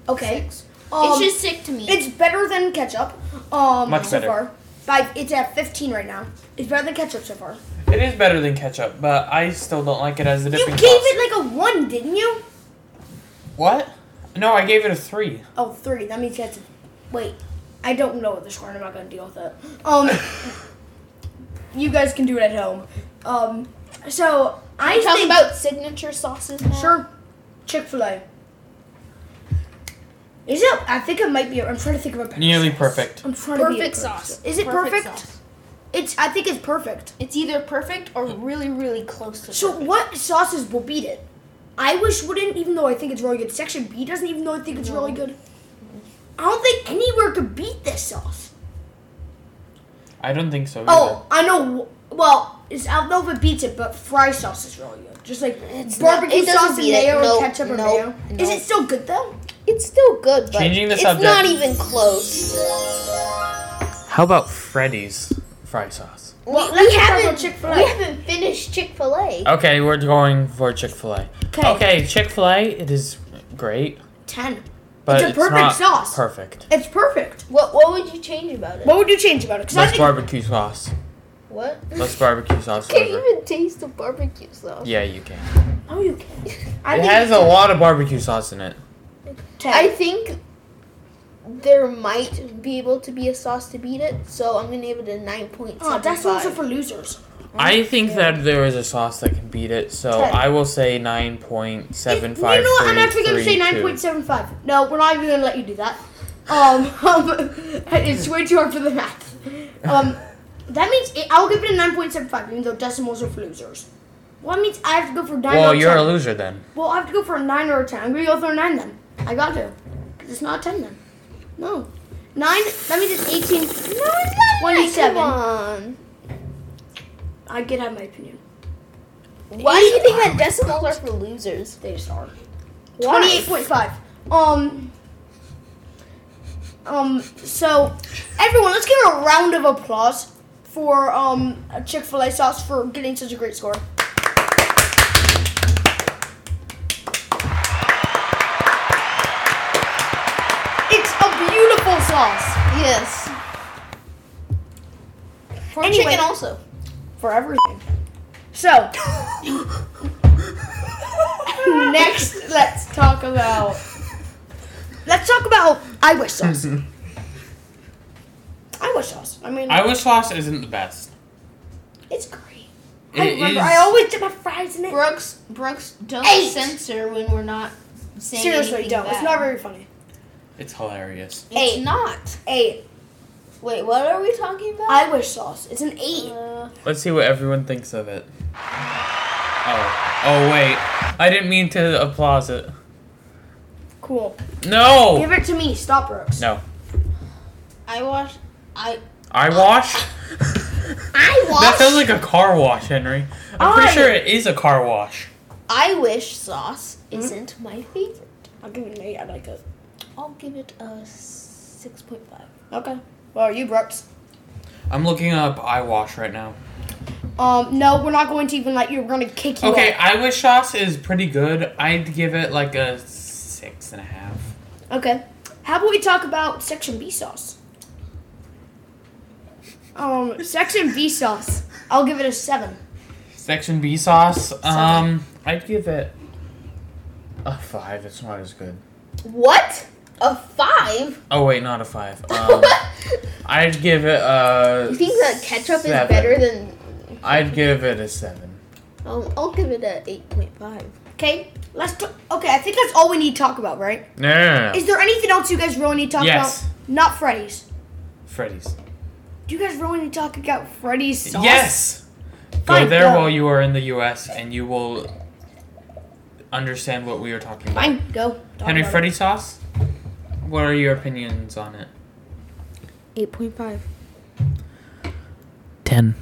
Speaker 3: Okay.
Speaker 2: it's
Speaker 3: Um,
Speaker 2: just sick to me.
Speaker 3: It's better than ketchup. Um,
Speaker 4: Much
Speaker 3: so
Speaker 4: better.
Speaker 3: far. By it's at 15 right now. It's better than ketchup so far.
Speaker 4: It is better than ketchup, but I still don't like it as a
Speaker 3: You
Speaker 4: dipping
Speaker 3: gave
Speaker 4: sauce.
Speaker 3: it like a one, didn't you?
Speaker 4: what? No, I gave it a three.
Speaker 3: Oh, three. That means that's. Wait, I don't know what the score. and I'm not gonna deal with it. Um, you guys can do it at home. Um, so I
Speaker 2: We're talking
Speaker 3: think
Speaker 2: about signature sauces now.
Speaker 3: sure Chick Fil A. Is it? I think it might be. I'm trying to think of a better
Speaker 4: Nearly
Speaker 3: sauce.
Speaker 4: perfect.
Speaker 3: I'm trying to be
Speaker 2: Perfect
Speaker 3: a
Speaker 2: sauce.
Speaker 3: Is it perfect?
Speaker 2: sauce.
Speaker 3: It's. I think it's perfect.
Speaker 2: It's either perfect or really, really close to
Speaker 3: So
Speaker 2: perfect.
Speaker 3: what sauces will beat it? I wish wouldn't, even though I think it's really good. Section B doesn't, even though I think it's really
Speaker 2: No.
Speaker 3: good. I don't think anywhere could beat this sauce.
Speaker 4: I don't think so. Either.
Speaker 3: Oh, I know. Well, it's, I don't know if it beats it, but fry sauce is really good. Just like
Speaker 2: It's
Speaker 3: barbecue
Speaker 2: not- it doesn't
Speaker 3: sauce and
Speaker 2: beat it.
Speaker 3: mayo
Speaker 2: No,
Speaker 3: or ketchup or
Speaker 2: no,
Speaker 3: mayo. Is
Speaker 2: no.
Speaker 3: it still good though?
Speaker 2: It's still good, but
Speaker 4: Changing the
Speaker 2: it's
Speaker 4: subject.
Speaker 2: not even close.
Speaker 4: How about Freddy's? fry sauce.
Speaker 2: Well,
Speaker 3: let's
Speaker 2: we,
Speaker 3: talk about
Speaker 2: haven't,
Speaker 3: Chick-fil-A.
Speaker 2: we haven't finished Chick fil A.
Speaker 4: Okay, we're going for Chick Fil A.
Speaker 3: 'Kay.
Speaker 4: Okay, Chick Fil A. It is great,
Speaker 2: 10.
Speaker 4: but
Speaker 3: It's
Speaker 4: it's,
Speaker 3: a perfect
Speaker 4: not
Speaker 3: sauce.
Speaker 4: Perfect.
Speaker 3: It's perfect.
Speaker 2: What what would you change about it?
Speaker 3: What would you change about it? 'Cause I
Speaker 4: Less
Speaker 3: think-
Speaker 4: barbecue sauce.
Speaker 2: What?
Speaker 4: Less barbecue sauce.
Speaker 2: Can't
Speaker 4: flavor.
Speaker 2: even taste the barbecue sauce.
Speaker 4: Yeah, you can.
Speaker 2: Oh, you can.
Speaker 3: I
Speaker 4: it
Speaker 3: think
Speaker 4: has a lot of barbecue sauce in it.
Speaker 3: ten.
Speaker 2: I think there might be able to be a sauce to beat it, so I'm gonna give it a nine point seven
Speaker 3: Oh,
Speaker 2: five.
Speaker 3: that's also for losers.
Speaker 4: I think that there is a sauce that can beat it, so
Speaker 3: Ten.
Speaker 4: I will say nine point seven
Speaker 3: you
Speaker 4: five.
Speaker 3: know what? I'm actually gonna say nine point seven five. No, we're not even gonna let you do that. Um, um, it's way too hard for the math. Um, that means it, I'll give it a nine point seven five, even though decimals are for losers. Well, that means I have to go for a nine.
Speaker 4: Well,
Speaker 3: or
Speaker 4: you're a
Speaker 3: 10.
Speaker 4: loser then.
Speaker 3: Well, I have to go for a nine or a ten. I'm gonna go for a nine then. I got to, 'Cause it's not a ten then. No, nine. That means it's eighteen.
Speaker 2: No, it's
Speaker 3: 27.
Speaker 2: not 27. Come on.
Speaker 3: I get out my opinion.
Speaker 2: Why do you think that decimals are for losers?
Speaker 3: They just are.
Speaker 2: Why?
Speaker 3: Twenty-eight point five. Um. Um. So, everyone, let's give a round of applause for um Chick Fil A sauce for getting such a great score. It's a beautiful sauce
Speaker 2: Yes. For
Speaker 3: Anyway.
Speaker 2: chicken also.
Speaker 3: for everything. So, next, let's talk about. Let's talk about I wish sauce. I wish sauce. I mean,
Speaker 4: Iowa sauce isn't the best.
Speaker 3: it's great. I
Speaker 4: It
Speaker 3: remember.
Speaker 4: is-
Speaker 3: I always dip my fries in it.
Speaker 2: Brooks, Brooks, don't
Speaker 3: Eight.
Speaker 2: censor when we're not saying
Speaker 3: Seriously,
Speaker 2: anything
Speaker 3: don't. It's
Speaker 2: bad.
Speaker 3: not very funny.
Speaker 4: It's hilarious.
Speaker 2: It's
Speaker 3: Eight.
Speaker 2: not.
Speaker 3: Eight.
Speaker 2: Wait, what are we talking about?
Speaker 3: I wish sauce. It's an eight.
Speaker 2: Uh,
Speaker 4: Let's see what everyone thinks of it. Oh, oh wait, I didn't mean to applause it.
Speaker 3: Cool. Give
Speaker 4: No,
Speaker 3: it to me. Stop, Brooks.
Speaker 4: Oh. no.
Speaker 2: I wash. I.
Speaker 4: I wash.
Speaker 2: I wash.
Speaker 4: That sounds like a car wash, Henry. I'm pretty
Speaker 3: I-
Speaker 4: sure it is a car wash.
Speaker 2: I wish sauce
Speaker 3: Mm-hmm.
Speaker 2: isn't my favorite.
Speaker 3: I'll give it an eight. I like it.
Speaker 2: I'll give it a six point five.
Speaker 3: Okay. Well, you, Brooks.
Speaker 4: I'm looking up I wash right now.
Speaker 3: Um, no, we're not going to even let you. We're gonna kick you.
Speaker 4: Okay, I wish sauce is pretty good. I'd give it like a six and a half.
Speaker 3: out. Okay. How about we talk about section B sauce? Um, section B sauce. I'll give it a seven.
Speaker 4: Section B sauce. Um, I'd give it a five. It's not as good.
Speaker 2: What? A five?
Speaker 4: Oh wait, not a five. Um, I'd give it a.
Speaker 2: you think that ketchup
Speaker 4: seven.
Speaker 2: is better than?
Speaker 4: I'd give it a seven.
Speaker 2: Um, I'll give it a eight point five.
Speaker 3: Okay. Let's. T- okay. I think that's all we need to talk about, right?
Speaker 4: No, no, no, no.
Speaker 3: Is there anything else you guys really need to talk
Speaker 4: Yes.
Speaker 3: about? Not Freddy's.
Speaker 4: Freddy's.
Speaker 3: Do you guys really need to talk about Freddy's sauce?
Speaker 4: Yes. Go
Speaker 3: Fine,
Speaker 4: there
Speaker 3: go.
Speaker 4: while you are in the U.S. and you will understand what we are talking about.
Speaker 3: Fine. Go. Talk
Speaker 4: Henry
Speaker 3: about it.
Speaker 4: Freddy sauce. What are your opinions on it?
Speaker 2: Eight point five.
Speaker 4: Ten.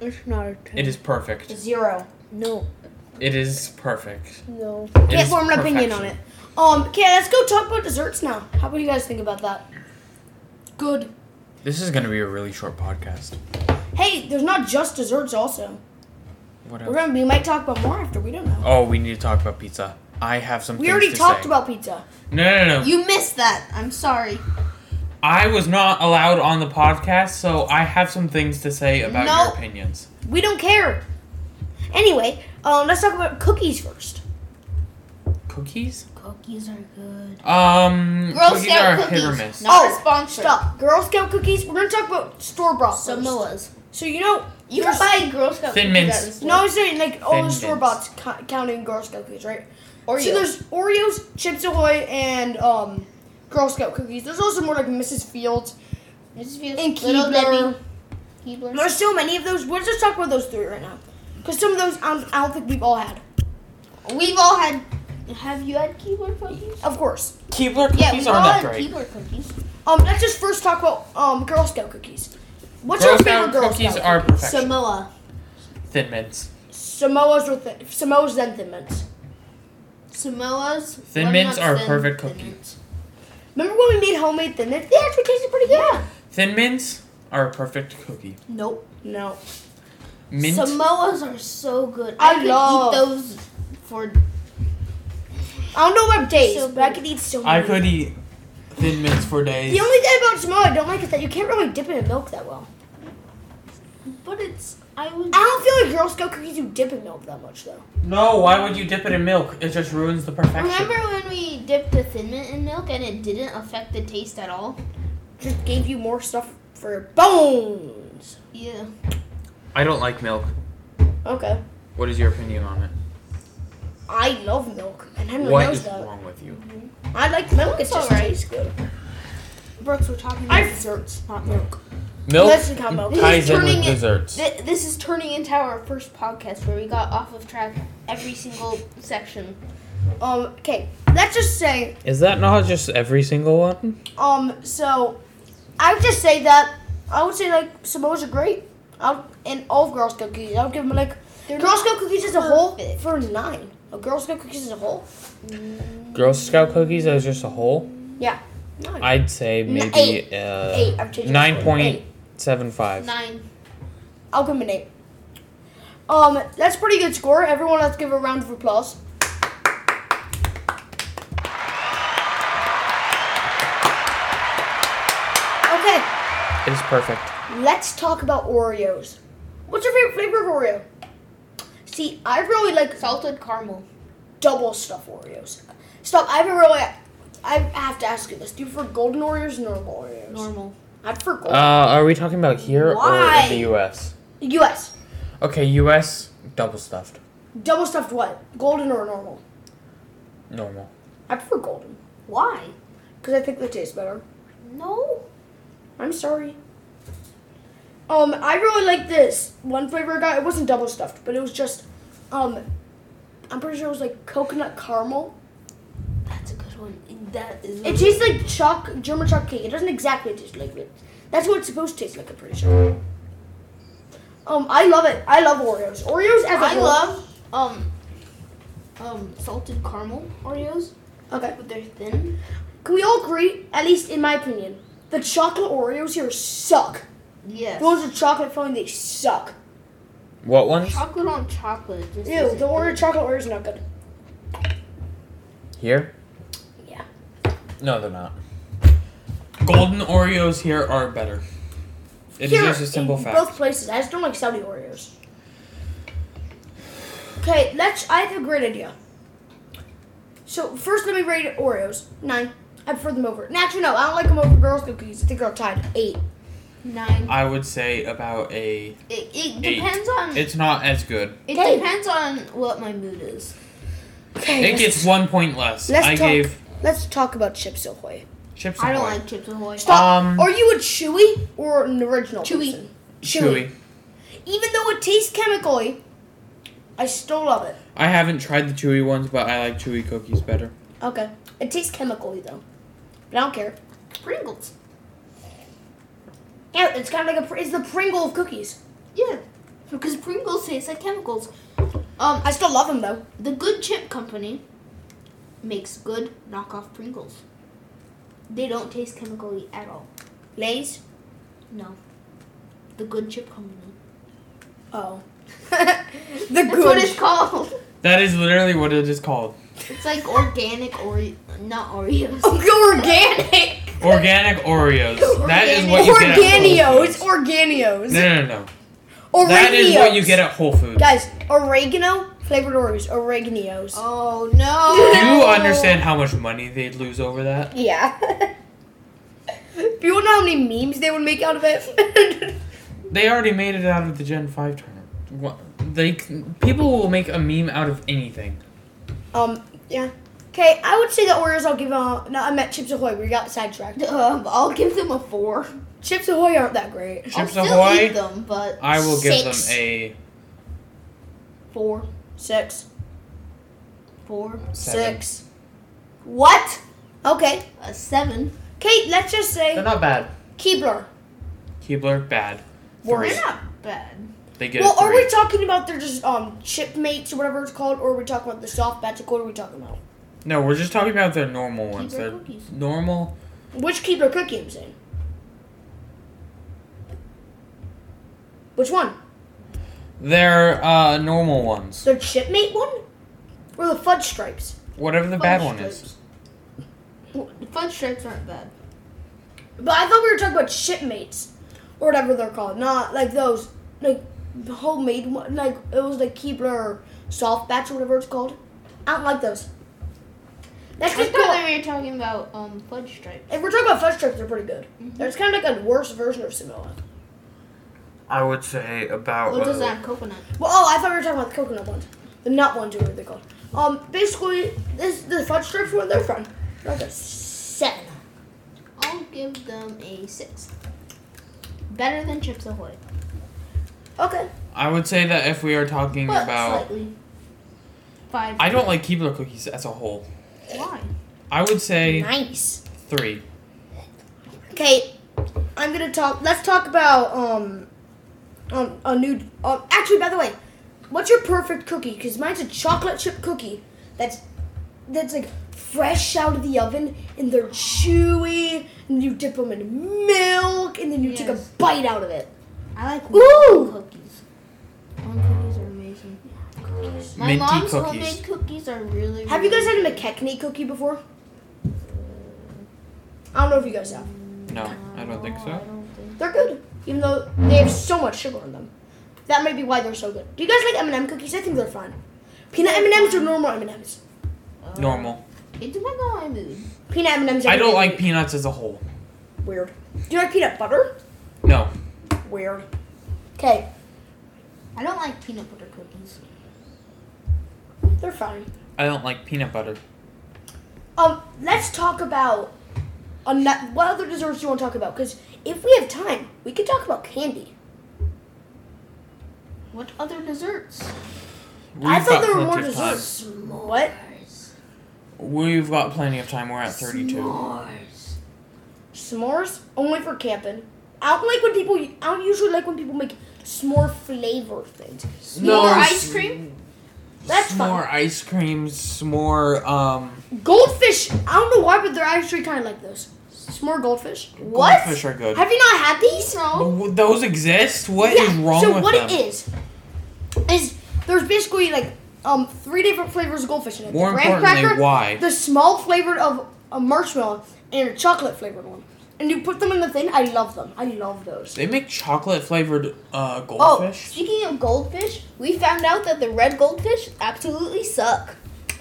Speaker 2: It's not a ten.
Speaker 4: It is perfect.
Speaker 3: Zero.
Speaker 2: No.
Speaker 4: It is perfect.
Speaker 2: No.
Speaker 4: It
Speaker 3: Can't
Speaker 4: is
Speaker 3: form an opinion on it.
Speaker 4: perfection.
Speaker 3: Um. Okay. Let's go talk about desserts now. How what do you guys think about that? Good.
Speaker 4: This is gonna be a really short podcast.
Speaker 3: Hey, there's not just desserts. Also,
Speaker 4: What
Speaker 3: we're
Speaker 4: else?
Speaker 3: gonna we might talk about more after. We don't know.
Speaker 4: Oh, we need to talk about pizza. I have some.
Speaker 3: We
Speaker 4: things
Speaker 3: already
Speaker 4: to
Speaker 3: talked
Speaker 4: say.
Speaker 3: about pizza.
Speaker 4: No, no, no, no.
Speaker 2: You missed that. I'm sorry.
Speaker 4: I was not allowed on the podcast, so I have some things to say about
Speaker 3: No.
Speaker 4: your opinions.
Speaker 3: We don't care. Anyway, um, let's talk about cookies first.
Speaker 4: Cookies?
Speaker 2: Cookies are good.
Speaker 4: Um,
Speaker 2: Girl
Speaker 4: cookies
Speaker 2: Scout
Speaker 4: are
Speaker 2: cookies.
Speaker 4: hit or miss.
Speaker 2: Not
Speaker 3: Oh,
Speaker 2: sponsored.
Speaker 3: Stop. Girl Scout cookies. We're gonna talk about store bought.
Speaker 2: Samoa's.
Speaker 3: So you know
Speaker 2: You can
Speaker 3: there's-
Speaker 2: buy Girl Scout
Speaker 4: Thin
Speaker 2: cookies
Speaker 4: mints.
Speaker 2: at the store.
Speaker 3: You know what I'm saying? Like all the
Speaker 4: Thin
Speaker 3: store bots co- counting Girl Scout cookies, right?
Speaker 2: Oreos.
Speaker 3: So there's Oreos, Chips Ahoy, and um, Girl Scout cookies. There's also more like Mrs. Fields
Speaker 2: This feels
Speaker 3: and
Speaker 2: Little
Speaker 3: Keebler.
Speaker 2: Debbie. Keebler.
Speaker 3: There's so many of those. Let's just talk about those three right now, because some of those I don't, I don't think we've all had.
Speaker 2: We've all had. Have you had Keebler cookies?
Speaker 3: Of course.
Speaker 4: Keebler cookies
Speaker 2: Yeah, we've all
Speaker 4: aren't
Speaker 2: had
Speaker 4: that great.
Speaker 2: Keebler cookies.
Speaker 3: Um, let's just first talk about um Girl Scout cookies. What's
Speaker 4: Girl
Speaker 3: your
Speaker 4: Scout
Speaker 3: favorite Girl
Speaker 4: cookies
Speaker 3: Scout?
Speaker 4: are perfection.
Speaker 2: Samoa.
Speaker 4: Thin mints.
Speaker 3: Samoa's or th- Samoa's then Thin Mints.
Speaker 2: Samoa's.
Speaker 4: Thin
Speaker 2: Lemon
Speaker 4: mints are
Speaker 2: Thin-
Speaker 4: perfect
Speaker 2: Thin
Speaker 4: cookies.
Speaker 2: Mints.
Speaker 3: Remember when we made homemade Thin Mints? They actually tasted pretty good.
Speaker 4: Thin mints are a perfect cookie.
Speaker 2: Nope.
Speaker 3: No.
Speaker 4: Mint.
Speaker 2: Samoas are so good.
Speaker 3: I
Speaker 2: I, could
Speaker 3: love-
Speaker 2: eat those for
Speaker 3: I don't know about days,
Speaker 2: So
Speaker 3: but I
Speaker 2: good.
Speaker 3: could eat so many.
Speaker 4: I could eat thin mints for days.
Speaker 3: The only thing about Samoa I don't like is that you can't really dip it in milk that well.
Speaker 2: but it's I would
Speaker 3: I don't feel like Girl Scout cookies do dip in milk that much though.
Speaker 4: No, why would you dip it in milk? It just ruins the perfection.
Speaker 2: Remember when we dipped the thin mint in milk and it didn't affect the taste at all?
Speaker 3: Just gave you more stuff for your bones.
Speaker 2: Yeah.
Speaker 4: I don't like milk.
Speaker 3: Okay.
Speaker 4: What is your opinion on it?
Speaker 3: I love milk, and Henry
Speaker 4: What
Speaker 3: knows
Speaker 4: is
Speaker 3: that.
Speaker 4: wrong with you?
Speaker 3: I like milk. It
Speaker 2: It's
Speaker 3: just
Speaker 2: alright.
Speaker 3: tastes good.
Speaker 2: Brooks, we're talking
Speaker 3: I-
Speaker 2: desserts, not milk.
Speaker 4: Milk
Speaker 3: Let's talk about milk.
Speaker 4: ties in
Speaker 2: Turning
Speaker 4: with
Speaker 2: it-
Speaker 4: desserts.
Speaker 2: Th- this is turning into our first podcast where we got off of track every single section.
Speaker 3: Um. Okay. Let's just say.
Speaker 4: Is that not just every single one?
Speaker 3: Um. So, I would just say that I would say like Samoa's are great. I'll and all of Girl Scout cookies. I would give them like Girl Scout cookies as a whole
Speaker 2: perfect.
Speaker 3: for nine. A Girl Scout cookies as a whole.
Speaker 4: Girl Scout cookies as just a whole?
Speaker 3: Yeah. Nine.
Speaker 4: I'd say maybe
Speaker 3: eight.
Speaker 4: uh,
Speaker 3: I've changed. it.
Speaker 4: nine
Speaker 3: Eight.
Speaker 4: point seven five.
Speaker 2: Nine.
Speaker 3: I'll give him an eight. Um, that's a pretty good score. Everyone, let's give a round of applause. Okay,
Speaker 4: It's perfect.
Speaker 3: let's talk about Oreos. What's your favorite flavor of Oreo? See, I really like
Speaker 2: Salted caramel.
Speaker 3: double stuff Oreos. Stop. I haven't really. I have to ask you this: Do you prefer golden Oreos or normal Oreos?
Speaker 2: Normal.
Speaker 3: I prefer
Speaker 4: Uh,
Speaker 3: golden.
Speaker 4: are we talking about here
Speaker 3: Why?
Speaker 4: or in the U.S.?
Speaker 3: U.S.
Speaker 4: Okay, U.S. double stuffed,
Speaker 3: Double stuffed what? Golden or normal?
Speaker 4: normal.
Speaker 3: I prefer golden
Speaker 2: Why?
Speaker 3: because I think they taste better.
Speaker 2: No.
Speaker 3: I'm sorry. Um, I really like this one flavor I got. It wasn't double stuffed, but it was just, um, I'm pretty sure it was like coconut caramel.
Speaker 2: That's a good one. That is.
Speaker 3: It tastes like chalk German chocolate cake. It doesn't exactly taste like it. That's what it's supposed to taste like. I'm pretty sure. Um, I love it. I love Oreos. Oreos as a
Speaker 2: I
Speaker 3: whole-
Speaker 2: love um um salted caramel Oreos,
Speaker 3: Okay,
Speaker 2: but they're thin.
Speaker 3: can we all agree? At least in my opinion, the chocolate Oreos here suck.
Speaker 2: Yes.
Speaker 3: The ones with chocolate filling, they suck.
Speaker 4: What ones?
Speaker 2: chocolate on chocolate. Just
Speaker 3: Ew,
Speaker 2: isn't
Speaker 3: the Oreo
Speaker 2: good.
Speaker 3: chocolate Oreos are not good.
Speaker 4: Here?
Speaker 3: Yeah.
Speaker 4: No, they're not. Golden Oreos here are better. It is
Speaker 3: Here,
Speaker 4: just a simple
Speaker 3: in
Speaker 4: fact.
Speaker 3: Both places. I just don't like Saudi Oreos. Okay, let's. I have a great idea. So first, let me rate Oreos nine. I prefer them over. and Actually, no, I don't like them over Girls Cookies. I think they're tied eight.
Speaker 2: Nine.
Speaker 4: I would say about a.
Speaker 2: It, it
Speaker 4: Eight.
Speaker 2: depends on. It,
Speaker 4: It's not as good.
Speaker 3: Okay.
Speaker 2: depends on what my mood is.
Speaker 3: Okay,
Speaker 4: It
Speaker 3: let's,
Speaker 4: gets one point less.
Speaker 3: let's
Speaker 4: I
Speaker 3: talk.
Speaker 4: gave
Speaker 3: Let's talk about Chips Ahoy.
Speaker 4: chips.
Speaker 2: I don't
Speaker 4: Ahoy.
Speaker 2: like Chips Ahoy.
Speaker 3: Stop.
Speaker 4: Um,
Speaker 3: Are you a Chewy or an original?
Speaker 2: Chewy.
Speaker 3: person?
Speaker 4: chewy.
Speaker 3: Even though it tastes chemically, I still love it.
Speaker 4: I haven't tried the chewy ones, but I like chewy cookies better.
Speaker 3: Okay, it tastes chemically though, but I don't care.
Speaker 2: Pringles.
Speaker 3: Yeah, it's kind of like a. Pr- It's the Pringle of cookies.
Speaker 2: Yeah. Because Pringles taste like chemicals. Um,
Speaker 3: I still love them though.
Speaker 2: the Good Chip Company makes good knockoff Pringles. They don't taste chemically at all.
Speaker 3: Lays?
Speaker 2: No. The Good Chip Company.
Speaker 3: Oh. the
Speaker 2: That's what it's
Speaker 3: good.
Speaker 2: called.
Speaker 4: That is literally what it is called.
Speaker 2: It's like organic or not Oreos.
Speaker 3: organic.
Speaker 4: Organic Oreos. That is
Speaker 2: Organic-
Speaker 4: what you get at
Speaker 3: Organios.
Speaker 4: Whole Foods.
Speaker 3: Organios.
Speaker 4: No, no, no.
Speaker 3: Oregios.
Speaker 4: That is what you get at Whole Foods.
Speaker 3: Guys, oregano flavored Oreos. Oreganios.
Speaker 2: oh no.
Speaker 4: Do you understand how much money they'd lose over that?
Speaker 3: Yeah. People know how many memes they would make out of it.
Speaker 4: They already made it out of the Gen Five tournament. What? They c- people will make a meme out of anything.
Speaker 3: um, yeah. Okay, I would say the Oreos I'll give uh No, I meant Chips Ahoy. We got sidetracked.
Speaker 2: Um, I'll give them a four.
Speaker 3: Chips Ahoy aren't that great.
Speaker 2: I'll
Speaker 4: Chips
Speaker 2: still
Speaker 4: Ahoy?
Speaker 2: eat them, but
Speaker 4: I will give
Speaker 3: Six.
Speaker 4: them a
Speaker 2: four,
Speaker 3: Six.
Speaker 2: four,
Speaker 4: seven.
Speaker 3: Six.
Speaker 2: what?
Speaker 3: Okay.
Speaker 2: A seven.
Speaker 3: Kate, let's just
Speaker 4: They're
Speaker 3: say
Speaker 4: not bad.
Speaker 3: Keebler.
Speaker 4: Keebler bad.
Speaker 3: Worse.
Speaker 4: Three.
Speaker 2: They're not bad.
Speaker 4: They get
Speaker 3: Well,
Speaker 4: a
Speaker 3: are
Speaker 4: three.
Speaker 3: we talking about they're just um chipmates or whatever it's called, or are we talking about the soft batch? Like, what are we talking about?
Speaker 4: no, we're just talking about their normal ones.
Speaker 2: Keebler
Speaker 4: Their
Speaker 2: cookies.
Speaker 4: normal.
Speaker 3: Which keeper cookie I'm saying? Which one?
Speaker 4: They're uh, normal ones.
Speaker 3: The chipmate one? Or the fudge stripes?
Speaker 4: Whatever the bad one is.
Speaker 2: The fudge stripes aren't bad.
Speaker 3: But I thought we were talking about shipmates, or whatever they're called. Not like those, like the homemade one. Like it was like Keebler soft batch or whatever it's called. I don't like those. That's
Speaker 2: I
Speaker 3: just
Speaker 2: thought
Speaker 3: cool.
Speaker 2: that we were talking about um, fudge stripes.
Speaker 3: If we're talking about fudge strips, they're pretty good. They're just kind of like a worse version of Samoa.
Speaker 4: I would say about. uh,
Speaker 2: What does that have coconut?
Speaker 3: Well, oh, I thought we were talking about the coconut ones, the nut ones, or whatever they're called. Um, basically, this the fudge strips one. They're fun. They're like a seven.
Speaker 2: I'll give them a six. Better than Chips Ahoy,
Speaker 3: Okay.
Speaker 4: I would say that if we are talking
Speaker 2: but
Speaker 4: about.
Speaker 2: slightly. Five.
Speaker 4: I don't like Keebler cookies as a whole.
Speaker 2: Why?
Speaker 4: I would say
Speaker 3: Nice.
Speaker 4: three.
Speaker 3: Okay, I'm gonna talk. Let's talk about um, um a new. Um, actually, by the way, what's your perfect cookie? Because mine's a chocolate chip cookie. That's that's like fresh out of the oven, and they're chewy. And you dip them in milk, and then you take a
Speaker 2: Yes.
Speaker 3: bite out of it.
Speaker 2: I like
Speaker 3: Ooh!
Speaker 2: Ooh! cookies. Almond cookies are amazing. My
Speaker 4: Minty
Speaker 2: mom's
Speaker 4: cookies.
Speaker 2: homemade cookies are really.
Speaker 3: Have you guys
Speaker 2: really
Speaker 3: had a McKechnie cookie before? I don't know if you guys have.
Speaker 4: No, I don't think
Speaker 2: good. I
Speaker 4: so.
Speaker 2: don't think-
Speaker 3: They're good, even though they have so much sugar in them. That might be why they're so good. Do you guys like M&M cookies? I think they're fun. Peanut M&Ms or normal M&Ms?
Speaker 2: uh,
Speaker 4: Normal.
Speaker 2: It depends on my mood.
Speaker 3: Peanut M&Ms.
Speaker 4: I
Speaker 3: are
Speaker 4: don't
Speaker 3: really
Speaker 4: like peanuts as a whole.
Speaker 3: Weird. Do you like peanut butter?
Speaker 4: No.
Speaker 3: Weird. Okay,
Speaker 2: I don't like peanut butter cookies.
Speaker 3: they're fine.
Speaker 4: I don't like peanut butter.
Speaker 3: Um, let's talk about ano- what other desserts you want to talk about? Because if we have time, we could talk about candy.
Speaker 2: What other desserts?
Speaker 3: I thought
Speaker 4: We've got
Speaker 3: there were more
Speaker 4: plenty of time.
Speaker 3: desserts.
Speaker 2: Uh,
Speaker 3: What?
Speaker 4: We've got plenty of time. We're at 32.
Speaker 2: S'mores.
Speaker 3: S'mores only for camping. I don't like when people. I don't usually like when people make s'more flavor things.
Speaker 4: No,
Speaker 2: S'more
Speaker 4: s-
Speaker 2: ice cream?
Speaker 3: That's fine.
Speaker 4: S'more ice creams, s'more um,
Speaker 3: Goldfish. I don't know why, but they're actually kind of like those. S'more goldfish. What?
Speaker 4: Goldfish are good.
Speaker 3: Have you not had these?
Speaker 2: No.
Speaker 4: W- Those exist? What is wrong
Speaker 3: so
Speaker 4: with
Speaker 3: what
Speaker 4: them?
Speaker 3: it is is there's basically like um three different flavors of goldfish in it.
Speaker 4: More
Speaker 3: the graham
Speaker 4: importantly,
Speaker 3: cracker,
Speaker 4: why?
Speaker 3: The small flavored of a marshmallow and a chocolate flavored one. And you put them in the thing. I love them. I love those.
Speaker 4: They make chocolate flavored
Speaker 2: Oh,
Speaker 4: uh, goldfish.
Speaker 2: speaking of goldfish, we found out that the red goldfish absolutely suck.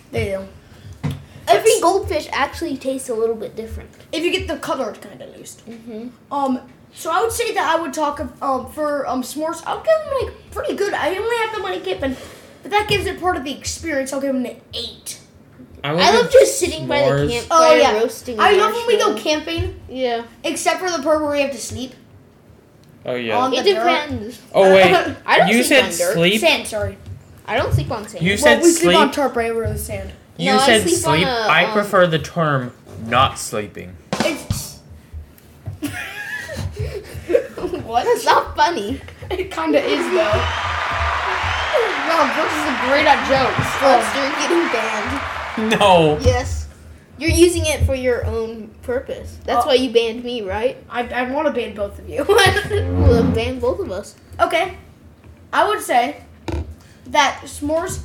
Speaker 3: They do.
Speaker 2: Every goldfish actually tastes a little bit different.
Speaker 3: If you get the colored kind at least.
Speaker 2: Mm-hmm.
Speaker 3: Um. So I would say that I would talk of, um for um s'mores. I'll give them like pretty good. I only have them on a camping, but that gives it part of the experience. I'll give them an eight.
Speaker 4: would
Speaker 2: I love
Speaker 4: give
Speaker 2: just sitting by the
Speaker 4: s'mores-
Speaker 2: camp-
Speaker 3: Oh
Speaker 2: Fire
Speaker 3: yeah,
Speaker 2: roasting
Speaker 3: I love when we go
Speaker 2: marshmallow.
Speaker 3: camping,
Speaker 2: Yeah.
Speaker 3: except for the part where we have to sleep.
Speaker 4: Oh, yeah.
Speaker 3: On-
Speaker 2: It
Speaker 3: the dirt.
Speaker 2: depends.
Speaker 4: Oh, wait.
Speaker 2: I don't
Speaker 4: you
Speaker 2: sleep
Speaker 4: said
Speaker 2: on dirt.
Speaker 4: sleep?
Speaker 3: Sand, sorry.
Speaker 2: I don't sleep on sand.
Speaker 4: You
Speaker 3: Well,
Speaker 4: said
Speaker 3: we sleep
Speaker 4: sleep?
Speaker 3: on tarp right over the sand.
Speaker 4: you
Speaker 2: No, I
Speaker 4: said
Speaker 2: sleep on
Speaker 4: sleep?
Speaker 2: a,
Speaker 4: I
Speaker 2: um,
Speaker 4: prefer the term not sleeping.
Speaker 3: It's
Speaker 2: what? That's not funny.
Speaker 3: it kind of is though.
Speaker 2: Wow, Brooks is great at jokes. Brooks, you're getting banned.
Speaker 4: No.
Speaker 2: Oh. Yes. You're using it for your own purpose. That's
Speaker 3: Oh.
Speaker 2: why you banned me, right?
Speaker 3: I I want to ban both of you.
Speaker 2: well, then ban both of us.
Speaker 3: okay, I would say that s'mores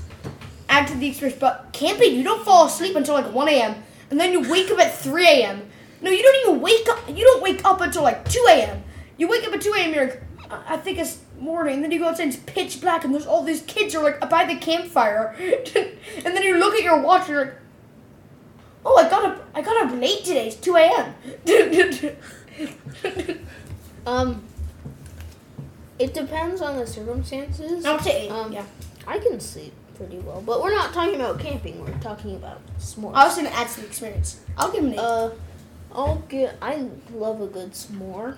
Speaker 3: add to the experience, but camping you don't fall asleep until like 1 a.m. and then you wake up at 3 a.m. No, you don't even wake up. You don't wake up until like 2 a.m. You wake up at 2 a.m. You're like, I I think it's morning. Then you go outside, it's pitch black, and there's all these kids are like by the campfire, and then you look at your watch, and you're like, Oh, I got up. I got up late today. It's 2 a.m.
Speaker 2: Um, it depends on the circumstances.
Speaker 3: I'll say eight.
Speaker 2: Um,
Speaker 3: yeah.
Speaker 2: I can sleep pretty well, but we're not talking about camping. We're talking about s'mores.
Speaker 3: I was gonna add to the experience. I'll give him an eight.
Speaker 2: uh, I'll get. I love a good s'more.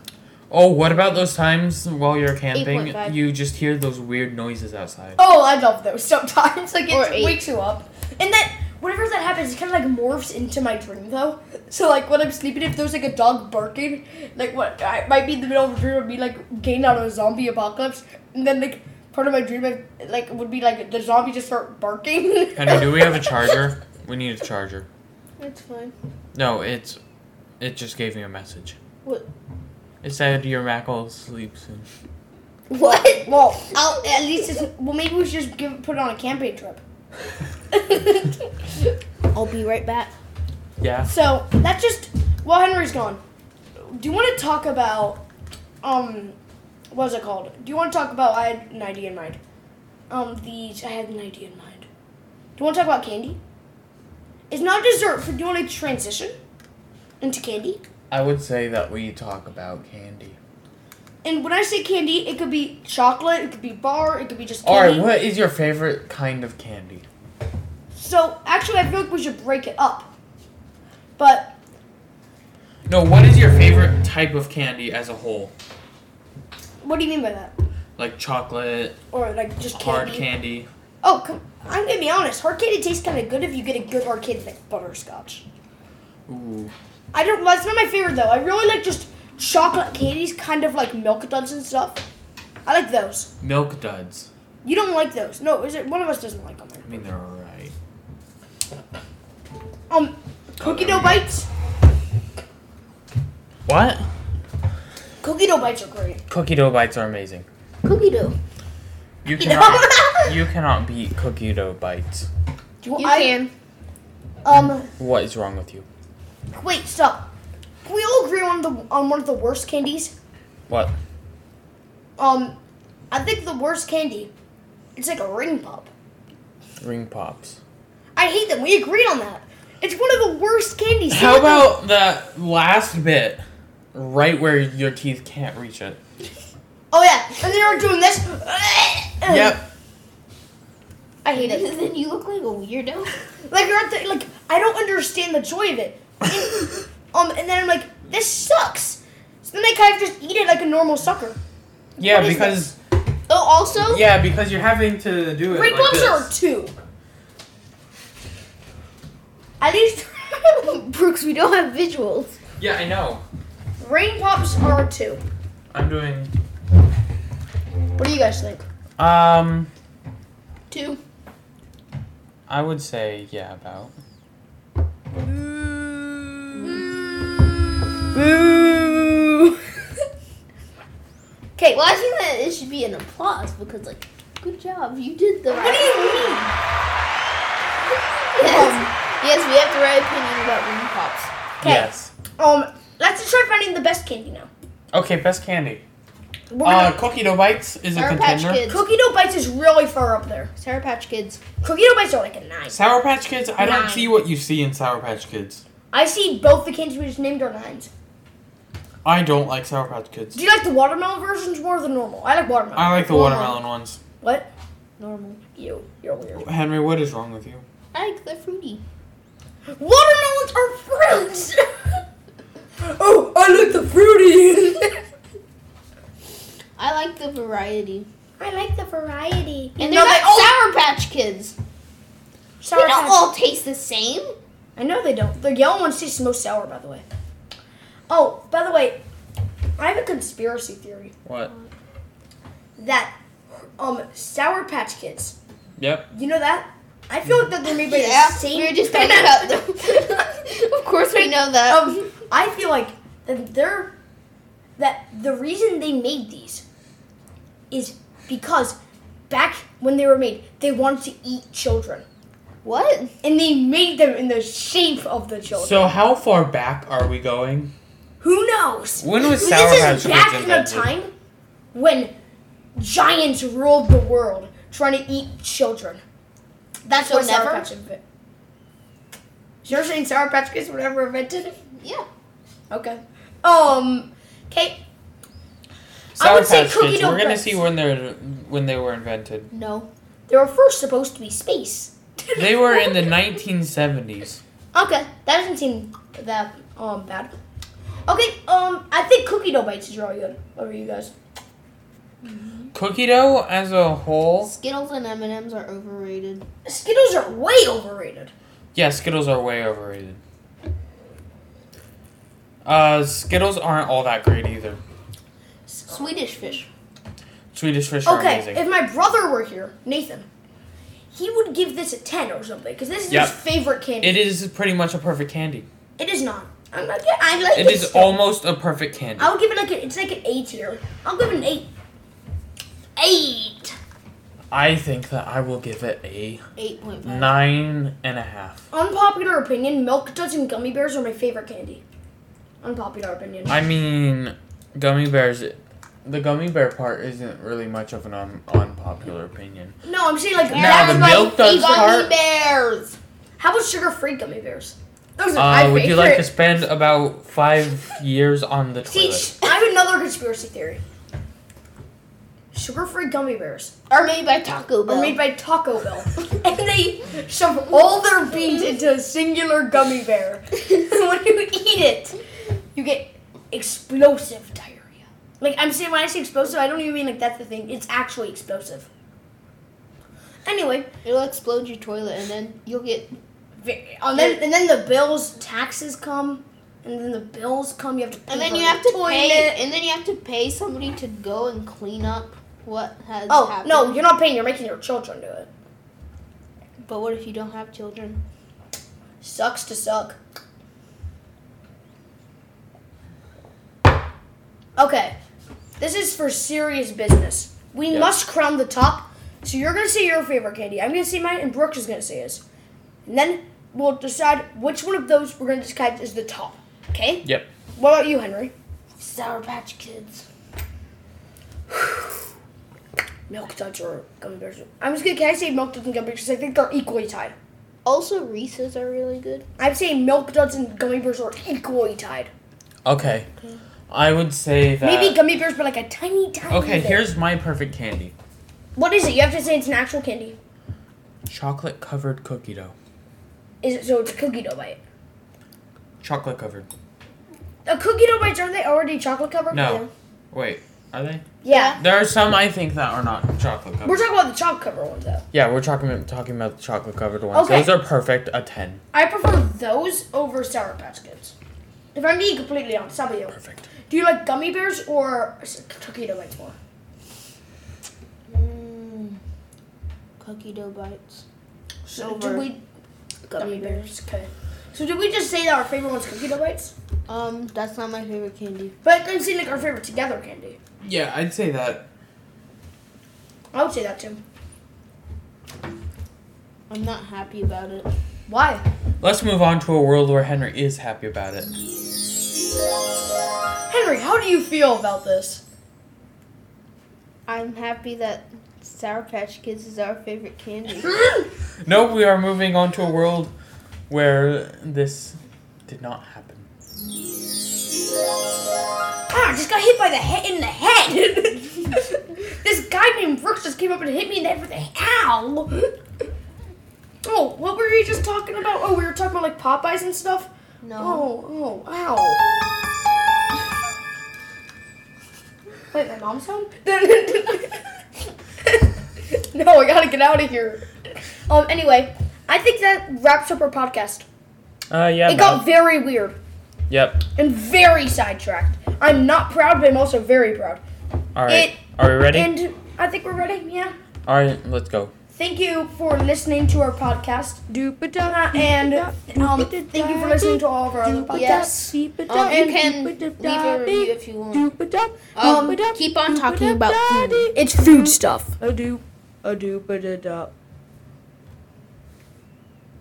Speaker 4: Oh, what about those times while you're camping,
Speaker 2: 8.5.
Speaker 4: you just hear those weird noises outside?
Speaker 3: Oh, I love those sometimes. Like
Speaker 2: Or
Speaker 3: it
Speaker 2: eight.
Speaker 3: wakes you up, and then whenever that happens, it kind of like morphs into my dream though. So like when I'm sleeping, if there's like a dog barking, like what I might be in the middle of a dream of me like getting out of a zombie apocalypse, and then like part of my dream I- like would be like the zombie just start barking.
Speaker 4: Henry, do we have a charger? We need a charger.
Speaker 2: That's fine.
Speaker 4: No, it's. It just gave me a message.
Speaker 2: What?
Speaker 4: It said your Mac will sleep soon.
Speaker 2: What?
Speaker 3: Well,
Speaker 2: Oh,
Speaker 3: at least it's, well maybe we should just give put it on a camping trip. I'll be right back.
Speaker 4: Yeah.
Speaker 3: So that's just well Henry's gone. Do you want to talk about um what's it called? Do you want to talk about I had an idea in mind. Um these I had an idea in mind. Do you want to talk about candy? It's not dessert. For, do you want to transition into candy?
Speaker 4: I would say that we talk about candy.
Speaker 3: And when I say candy, it could be chocolate, it could be bar, it could be just
Speaker 4: All
Speaker 3: candy.
Speaker 4: right, what is your favorite kind of candy?
Speaker 3: So actually, I feel like we should break it up. But
Speaker 4: No, what is your favorite type of candy as a whole?
Speaker 3: what do you mean by that?
Speaker 4: Like chocolate,
Speaker 3: Or like just candy?
Speaker 4: hard candy.
Speaker 3: Oh, come, I'm gonna be honest. Hard candy tastes kind of good if you get a good hard candy like butterscotch.
Speaker 4: Ooh.
Speaker 3: I don't. That's not my favorite though. I really like just chocolate candies, kind of like milk duds and stuff. I like those.
Speaker 4: Milk duds.
Speaker 3: You don't like those? No, is it one of us doesn't like them?
Speaker 4: I mean, they're alright.
Speaker 3: Um, cookie dough bites.
Speaker 4: What?
Speaker 3: Cookie dough bites are great.
Speaker 4: Cookie dough bites are amazing.
Speaker 2: cookie dough.
Speaker 4: You cannot, you cannot beat cookie dough bites.
Speaker 3: Do
Speaker 2: You
Speaker 3: I-
Speaker 2: can.
Speaker 3: Um,
Speaker 4: What is wrong with you?
Speaker 3: wait, stop. Can we all agree on the on one of the worst candies?
Speaker 4: What?
Speaker 3: Um, I think the worst candy. It's like a ring pop.
Speaker 4: Ring pops.
Speaker 3: I hate them. We agreed on that. It's one of the worst candies.
Speaker 4: How about the last bit? Right where your teeth can't reach it.
Speaker 3: Oh yeah, and they are doing this.
Speaker 4: Yep.
Speaker 3: I hate it.
Speaker 2: then you look like a weirdo.
Speaker 3: Like you're at the, like I don't understand the joy of it. And- um, and then I'm like, this sucks. So then I kind of just eat it like a normal sucker.
Speaker 4: Yeah,
Speaker 3: What is
Speaker 4: because
Speaker 2: Oh, also,
Speaker 4: yeah, because you're having to do it
Speaker 3: Ring
Speaker 4: like
Speaker 3: pops are a
Speaker 4: this.
Speaker 3: two. At least
Speaker 2: Brooks, we don't have visuals.
Speaker 4: Yeah, I know.
Speaker 3: rain pops are a two.
Speaker 4: I'm doing
Speaker 3: What do you guys think?
Speaker 4: um
Speaker 3: Two.
Speaker 4: I would say yeah about.
Speaker 3: Boo.
Speaker 2: Okay, well, I think that it should be an applause because, like, good job, you did the.
Speaker 3: What do you mean? Um,
Speaker 2: Yes, yes, we have the right opinion about ring pops.
Speaker 3: Okay.
Speaker 4: Yes.
Speaker 3: Um, let's just try finding the best candy now.
Speaker 4: Okay, best candy.
Speaker 3: We're
Speaker 4: Uh,
Speaker 3: gonna,
Speaker 4: cookie dough bites is a
Speaker 2: Sour Patch
Speaker 4: contender.
Speaker 2: Kids.
Speaker 3: cookie dough bites is really far up there.
Speaker 2: Sour Patch Kids.
Speaker 3: Cookie dough bites are like a nine.
Speaker 4: Sour Patch Kids. I don't
Speaker 3: Nine.
Speaker 4: see what you see in Sour Patch Kids.
Speaker 3: I see both the candies we just named are nines.
Speaker 4: I don't like Sour Patch Kids.
Speaker 3: Do you like the watermelon versions more than normal? I like watermelon.
Speaker 4: I like the
Speaker 2: Wow.
Speaker 4: watermelon ones.
Speaker 3: what?
Speaker 2: Normal.
Speaker 3: You, you're weird.
Speaker 4: Henry, what is wrong with you?
Speaker 2: I like the fruity.
Speaker 3: Watermelons are fruits. oh, I like the fruity.
Speaker 2: I like the variety.
Speaker 3: I like the variety.
Speaker 2: And
Speaker 3: no,
Speaker 2: they're
Speaker 3: they
Speaker 2: not
Speaker 3: all.
Speaker 2: Sour Patch Kids.
Speaker 3: sour
Speaker 2: they don't
Speaker 3: Patch-
Speaker 2: all taste the same.
Speaker 3: I know they don't. The yellow ones taste the most sour, by the way. Oh, by the way, I have a conspiracy theory
Speaker 4: What?
Speaker 3: that um Sour Patch Kids.
Speaker 4: Yep.
Speaker 3: You know that? I feel like that they're made by the same.
Speaker 2: we were just talking about them. of course, we know that.
Speaker 3: um, I feel like that they're that the reason they made these is because back when they were made, they wanted to eat children,
Speaker 2: what?
Speaker 3: and they made them in the shape of the children.
Speaker 4: So how far back are we going?
Speaker 3: Who knows?
Speaker 4: When was
Speaker 3: This
Speaker 4: Sour
Speaker 3: is
Speaker 4: Patch Kids
Speaker 3: back in a
Speaker 4: invented?
Speaker 3: time when giants ruled the world, trying to eat children. That's
Speaker 2: So
Speaker 3: what Sour
Speaker 2: never?
Speaker 3: Patch invented. You're saying Sour Patch Kids were never invented?
Speaker 2: Yeah.
Speaker 3: Okay. Um. Okay.
Speaker 4: Sour
Speaker 3: would say
Speaker 4: Patch
Speaker 3: cookie
Speaker 4: Kids.
Speaker 3: dough
Speaker 4: We're gonna
Speaker 3: bites.
Speaker 4: see when they're when they were invented.
Speaker 2: No.
Speaker 3: They were first supposed to be space.
Speaker 4: They were in the 1970s.
Speaker 3: Okay, that doesn't seem that um bad. Okay. Um. I think cookie dough bites is really good. What are you guys?
Speaker 4: Cookie dough as a whole,
Speaker 2: Skittles and M and M's are overrated.
Speaker 3: Skittles are way overrated.
Speaker 4: yeah, Skittles are way overrated. Uh, Skittles aren't all that great either.
Speaker 2: Swedish fish.
Speaker 4: Swedish fish are
Speaker 3: Okay,
Speaker 4: amazing.
Speaker 3: if my brother were here, Nathan, he would give this a 10 or something, because this is
Speaker 4: Yep.
Speaker 3: his favorite candy.
Speaker 4: It is pretty much a perfect candy.
Speaker 3: it is not. I'm not get, I like
Speaker 4: It is almost a perfect candy.
Speaker 3: I would give it like a, it's like an A tier. I'll give it an 8.
Speaker 2: eight.
Speaker 4: I think that I will give it a
Speaker 2: Eight point five.
Speaker 4: nine and a half.
Speaker 3: Unpopular opinion: Milk duds and gummy bears are my favorite candy. Unpopular opinion.
Speaker 4: I mean, gummy bears. The gummy bear part isn't really much of an un- unpopular opinion.
Speaker 3: no, I'm saying like
Speaker 4: Now the
Speaker 3: that's my
Speaker 4: milk duds
Speaker 3: favorite-
Speaker 4: part-
Speaker 2: Gummy bears.
Speaker 3: How about sugar-free gummy bears? Those are
Speaker 4: Uh,
Speaker 3: my
Speaker 4: would
Speaker 3: favorite.
Speaker 4: you like to spend about five years on the
Speaker 2: See,
Speaker 4: toilet?
Speaker 2: sh-
Speaker 3: I have another conspiracy theory. Sugar-free gummy bears
Speaker 2: are made by Taco Bell.
Speaker 3: are made by Taco Bell, and they shove all their beans into a singular gummy bear. And when you eat it, you get explosive diarrhea. Like I'm saying, when I say explosive, I don't even mean like that's the thing. It's actually explosive. Anyway,
Speaker 2: It'll explode your toilet, and then you'll get.
Speaker 3: ve- and then and then the bills, taxes come, and then the bills come. You have to. Pay
Speaker 2: And then
Speaker 3: for
Speaker 2: you
Speaker 3: the
Speaker 2: have to pay.
Speaker 3: toilet.
Speaker 2: And then you have to pay somebody to go and clean up what has
Speaker 3: Oh
Speaker 2: happened.
Speaker 3: no, you're not paying. You're making your children do it.
Speaker 2: But what if you don't have children?
Speaker 3: Sucks to suck. Okay, this is for serious business. We
Speaker 4: Yep.
Speaker 3: must crown the top. So you're gonna say your favorite candy. I'm gonna say mine, and Brooks is gonna say his. And then we'll decide which one of those we're gonna decide is the top. Okay.
Speaker 4: Yep.
Speaker 3: What about you, Henry?
Speaker 2: Sour Patch Kids.
Speaker 3: Milk duds or gummy bears? I'm just gonna. Can I say milk duds and gummy bears? 'Cause I think they're equally tied.
Speaker 2: Also, Reese's are really good.
Speaker 3: I'm saying milk duds and gummy bears are equally tied.
Speaker 4: Okay. I would say that.
Speaker 3: Maybe gummy bears, but like a tiny, tiny.
Speaker 4: okay,
Speaker 3: bit.
Speaker 4: here's my perfect candy:
Speaker 3: What is it? You have to say it's an actual candy.
Speaker 4: chocolate covered cookie dough.
Speaker 3: Is it so? It's a cookie dough bite.
Speaker 4: Chocolate covered.
Speaker 3: A cookie dough bites aren't they already chocolate covered?
Speaker 4: No. Wait, are they?
Speaker 3: Yeah.
Speaker 4: There are some I think that are not chocolate covered.
Speaker 3: We're talking about the chocolate covered ones though.
Speaker 4: yeah, we're talking about, talking about the chocolate covered ones.
Speaker 3: Okay.
Speaker 4: Those are perfect. A ten.
Speaker 3: I prefer those over Sour Patch Kids. If I'm being completely honest, how about you?
Speaker 4: Perfect.
Speaker 3: Do you like gummy bears or s- cookie dough bites more?
Speaker 2: Mm, cookie dough bites.
Speaker 3: So
Speaker 2: Over
Speaker 3: did we gummy bears? Okay. So did we just say that our favorite one's cookie dough bites?
Speaker 2: Um, that's not my favorite candy.
Speaker 3: But it doesn't seem like our favorite together candy.
Speaker 4: Yeah, I'd say that.
Speaker 3: I would say that too.
Speaker 2: I'm not happy about it.
Speaker 3: Why?
Speaker 4: Let's move on to a world where Henry is happy about it.
Speaker 3: Henry, how do you feel about this?
Speaker 2: I'm happy that Sour Patch Kids is our favorite candy.
Speaker 3: Hmm?
Speaker 4: No, we are moving on to a world where this did not happen.
Speaker 3: Ah, I just got hit by the head in the head. this guy named Brooks just came up and hit me in the head with a ow. Oh, what were you just talking about? Oh, we were talking about like Popeyes and stuff.
Speaker 2: No.
Speaker 3: Oh, oh, ow. Wait, my mom's home? no, I gotta get out of here. Um. Anyway, I think that wraps up our podcast.
Speaker 4: Uh, yeah.
Speaker 3: It got very weird
Speaker 4: yep.
Speaker 3: and very sidetracked. I'm not proud, but I'm also very proud.
Speaker 4: All right.
Speaker 3: it-
Speaker 4: are we ready?
Speaker 3: And I think we're ready. Yeah.
Speaker 4: All right, let's go.
Speaker 3: Thank you for listening to our podcast.
Speaker 1: Doop-a-dop,
Speaker 3: And um,
Speaker 1: doop-a-dop,
Speaker 3: thank you for listening to all of our other podcasts.
Speaker 1: Yes.
Speaker 2: Um, you can leave a review if you want. Um, keep on talking about food.
Speaker 3: It's food stuff.
Speaker 1: A doop, a doop-a-da-dop.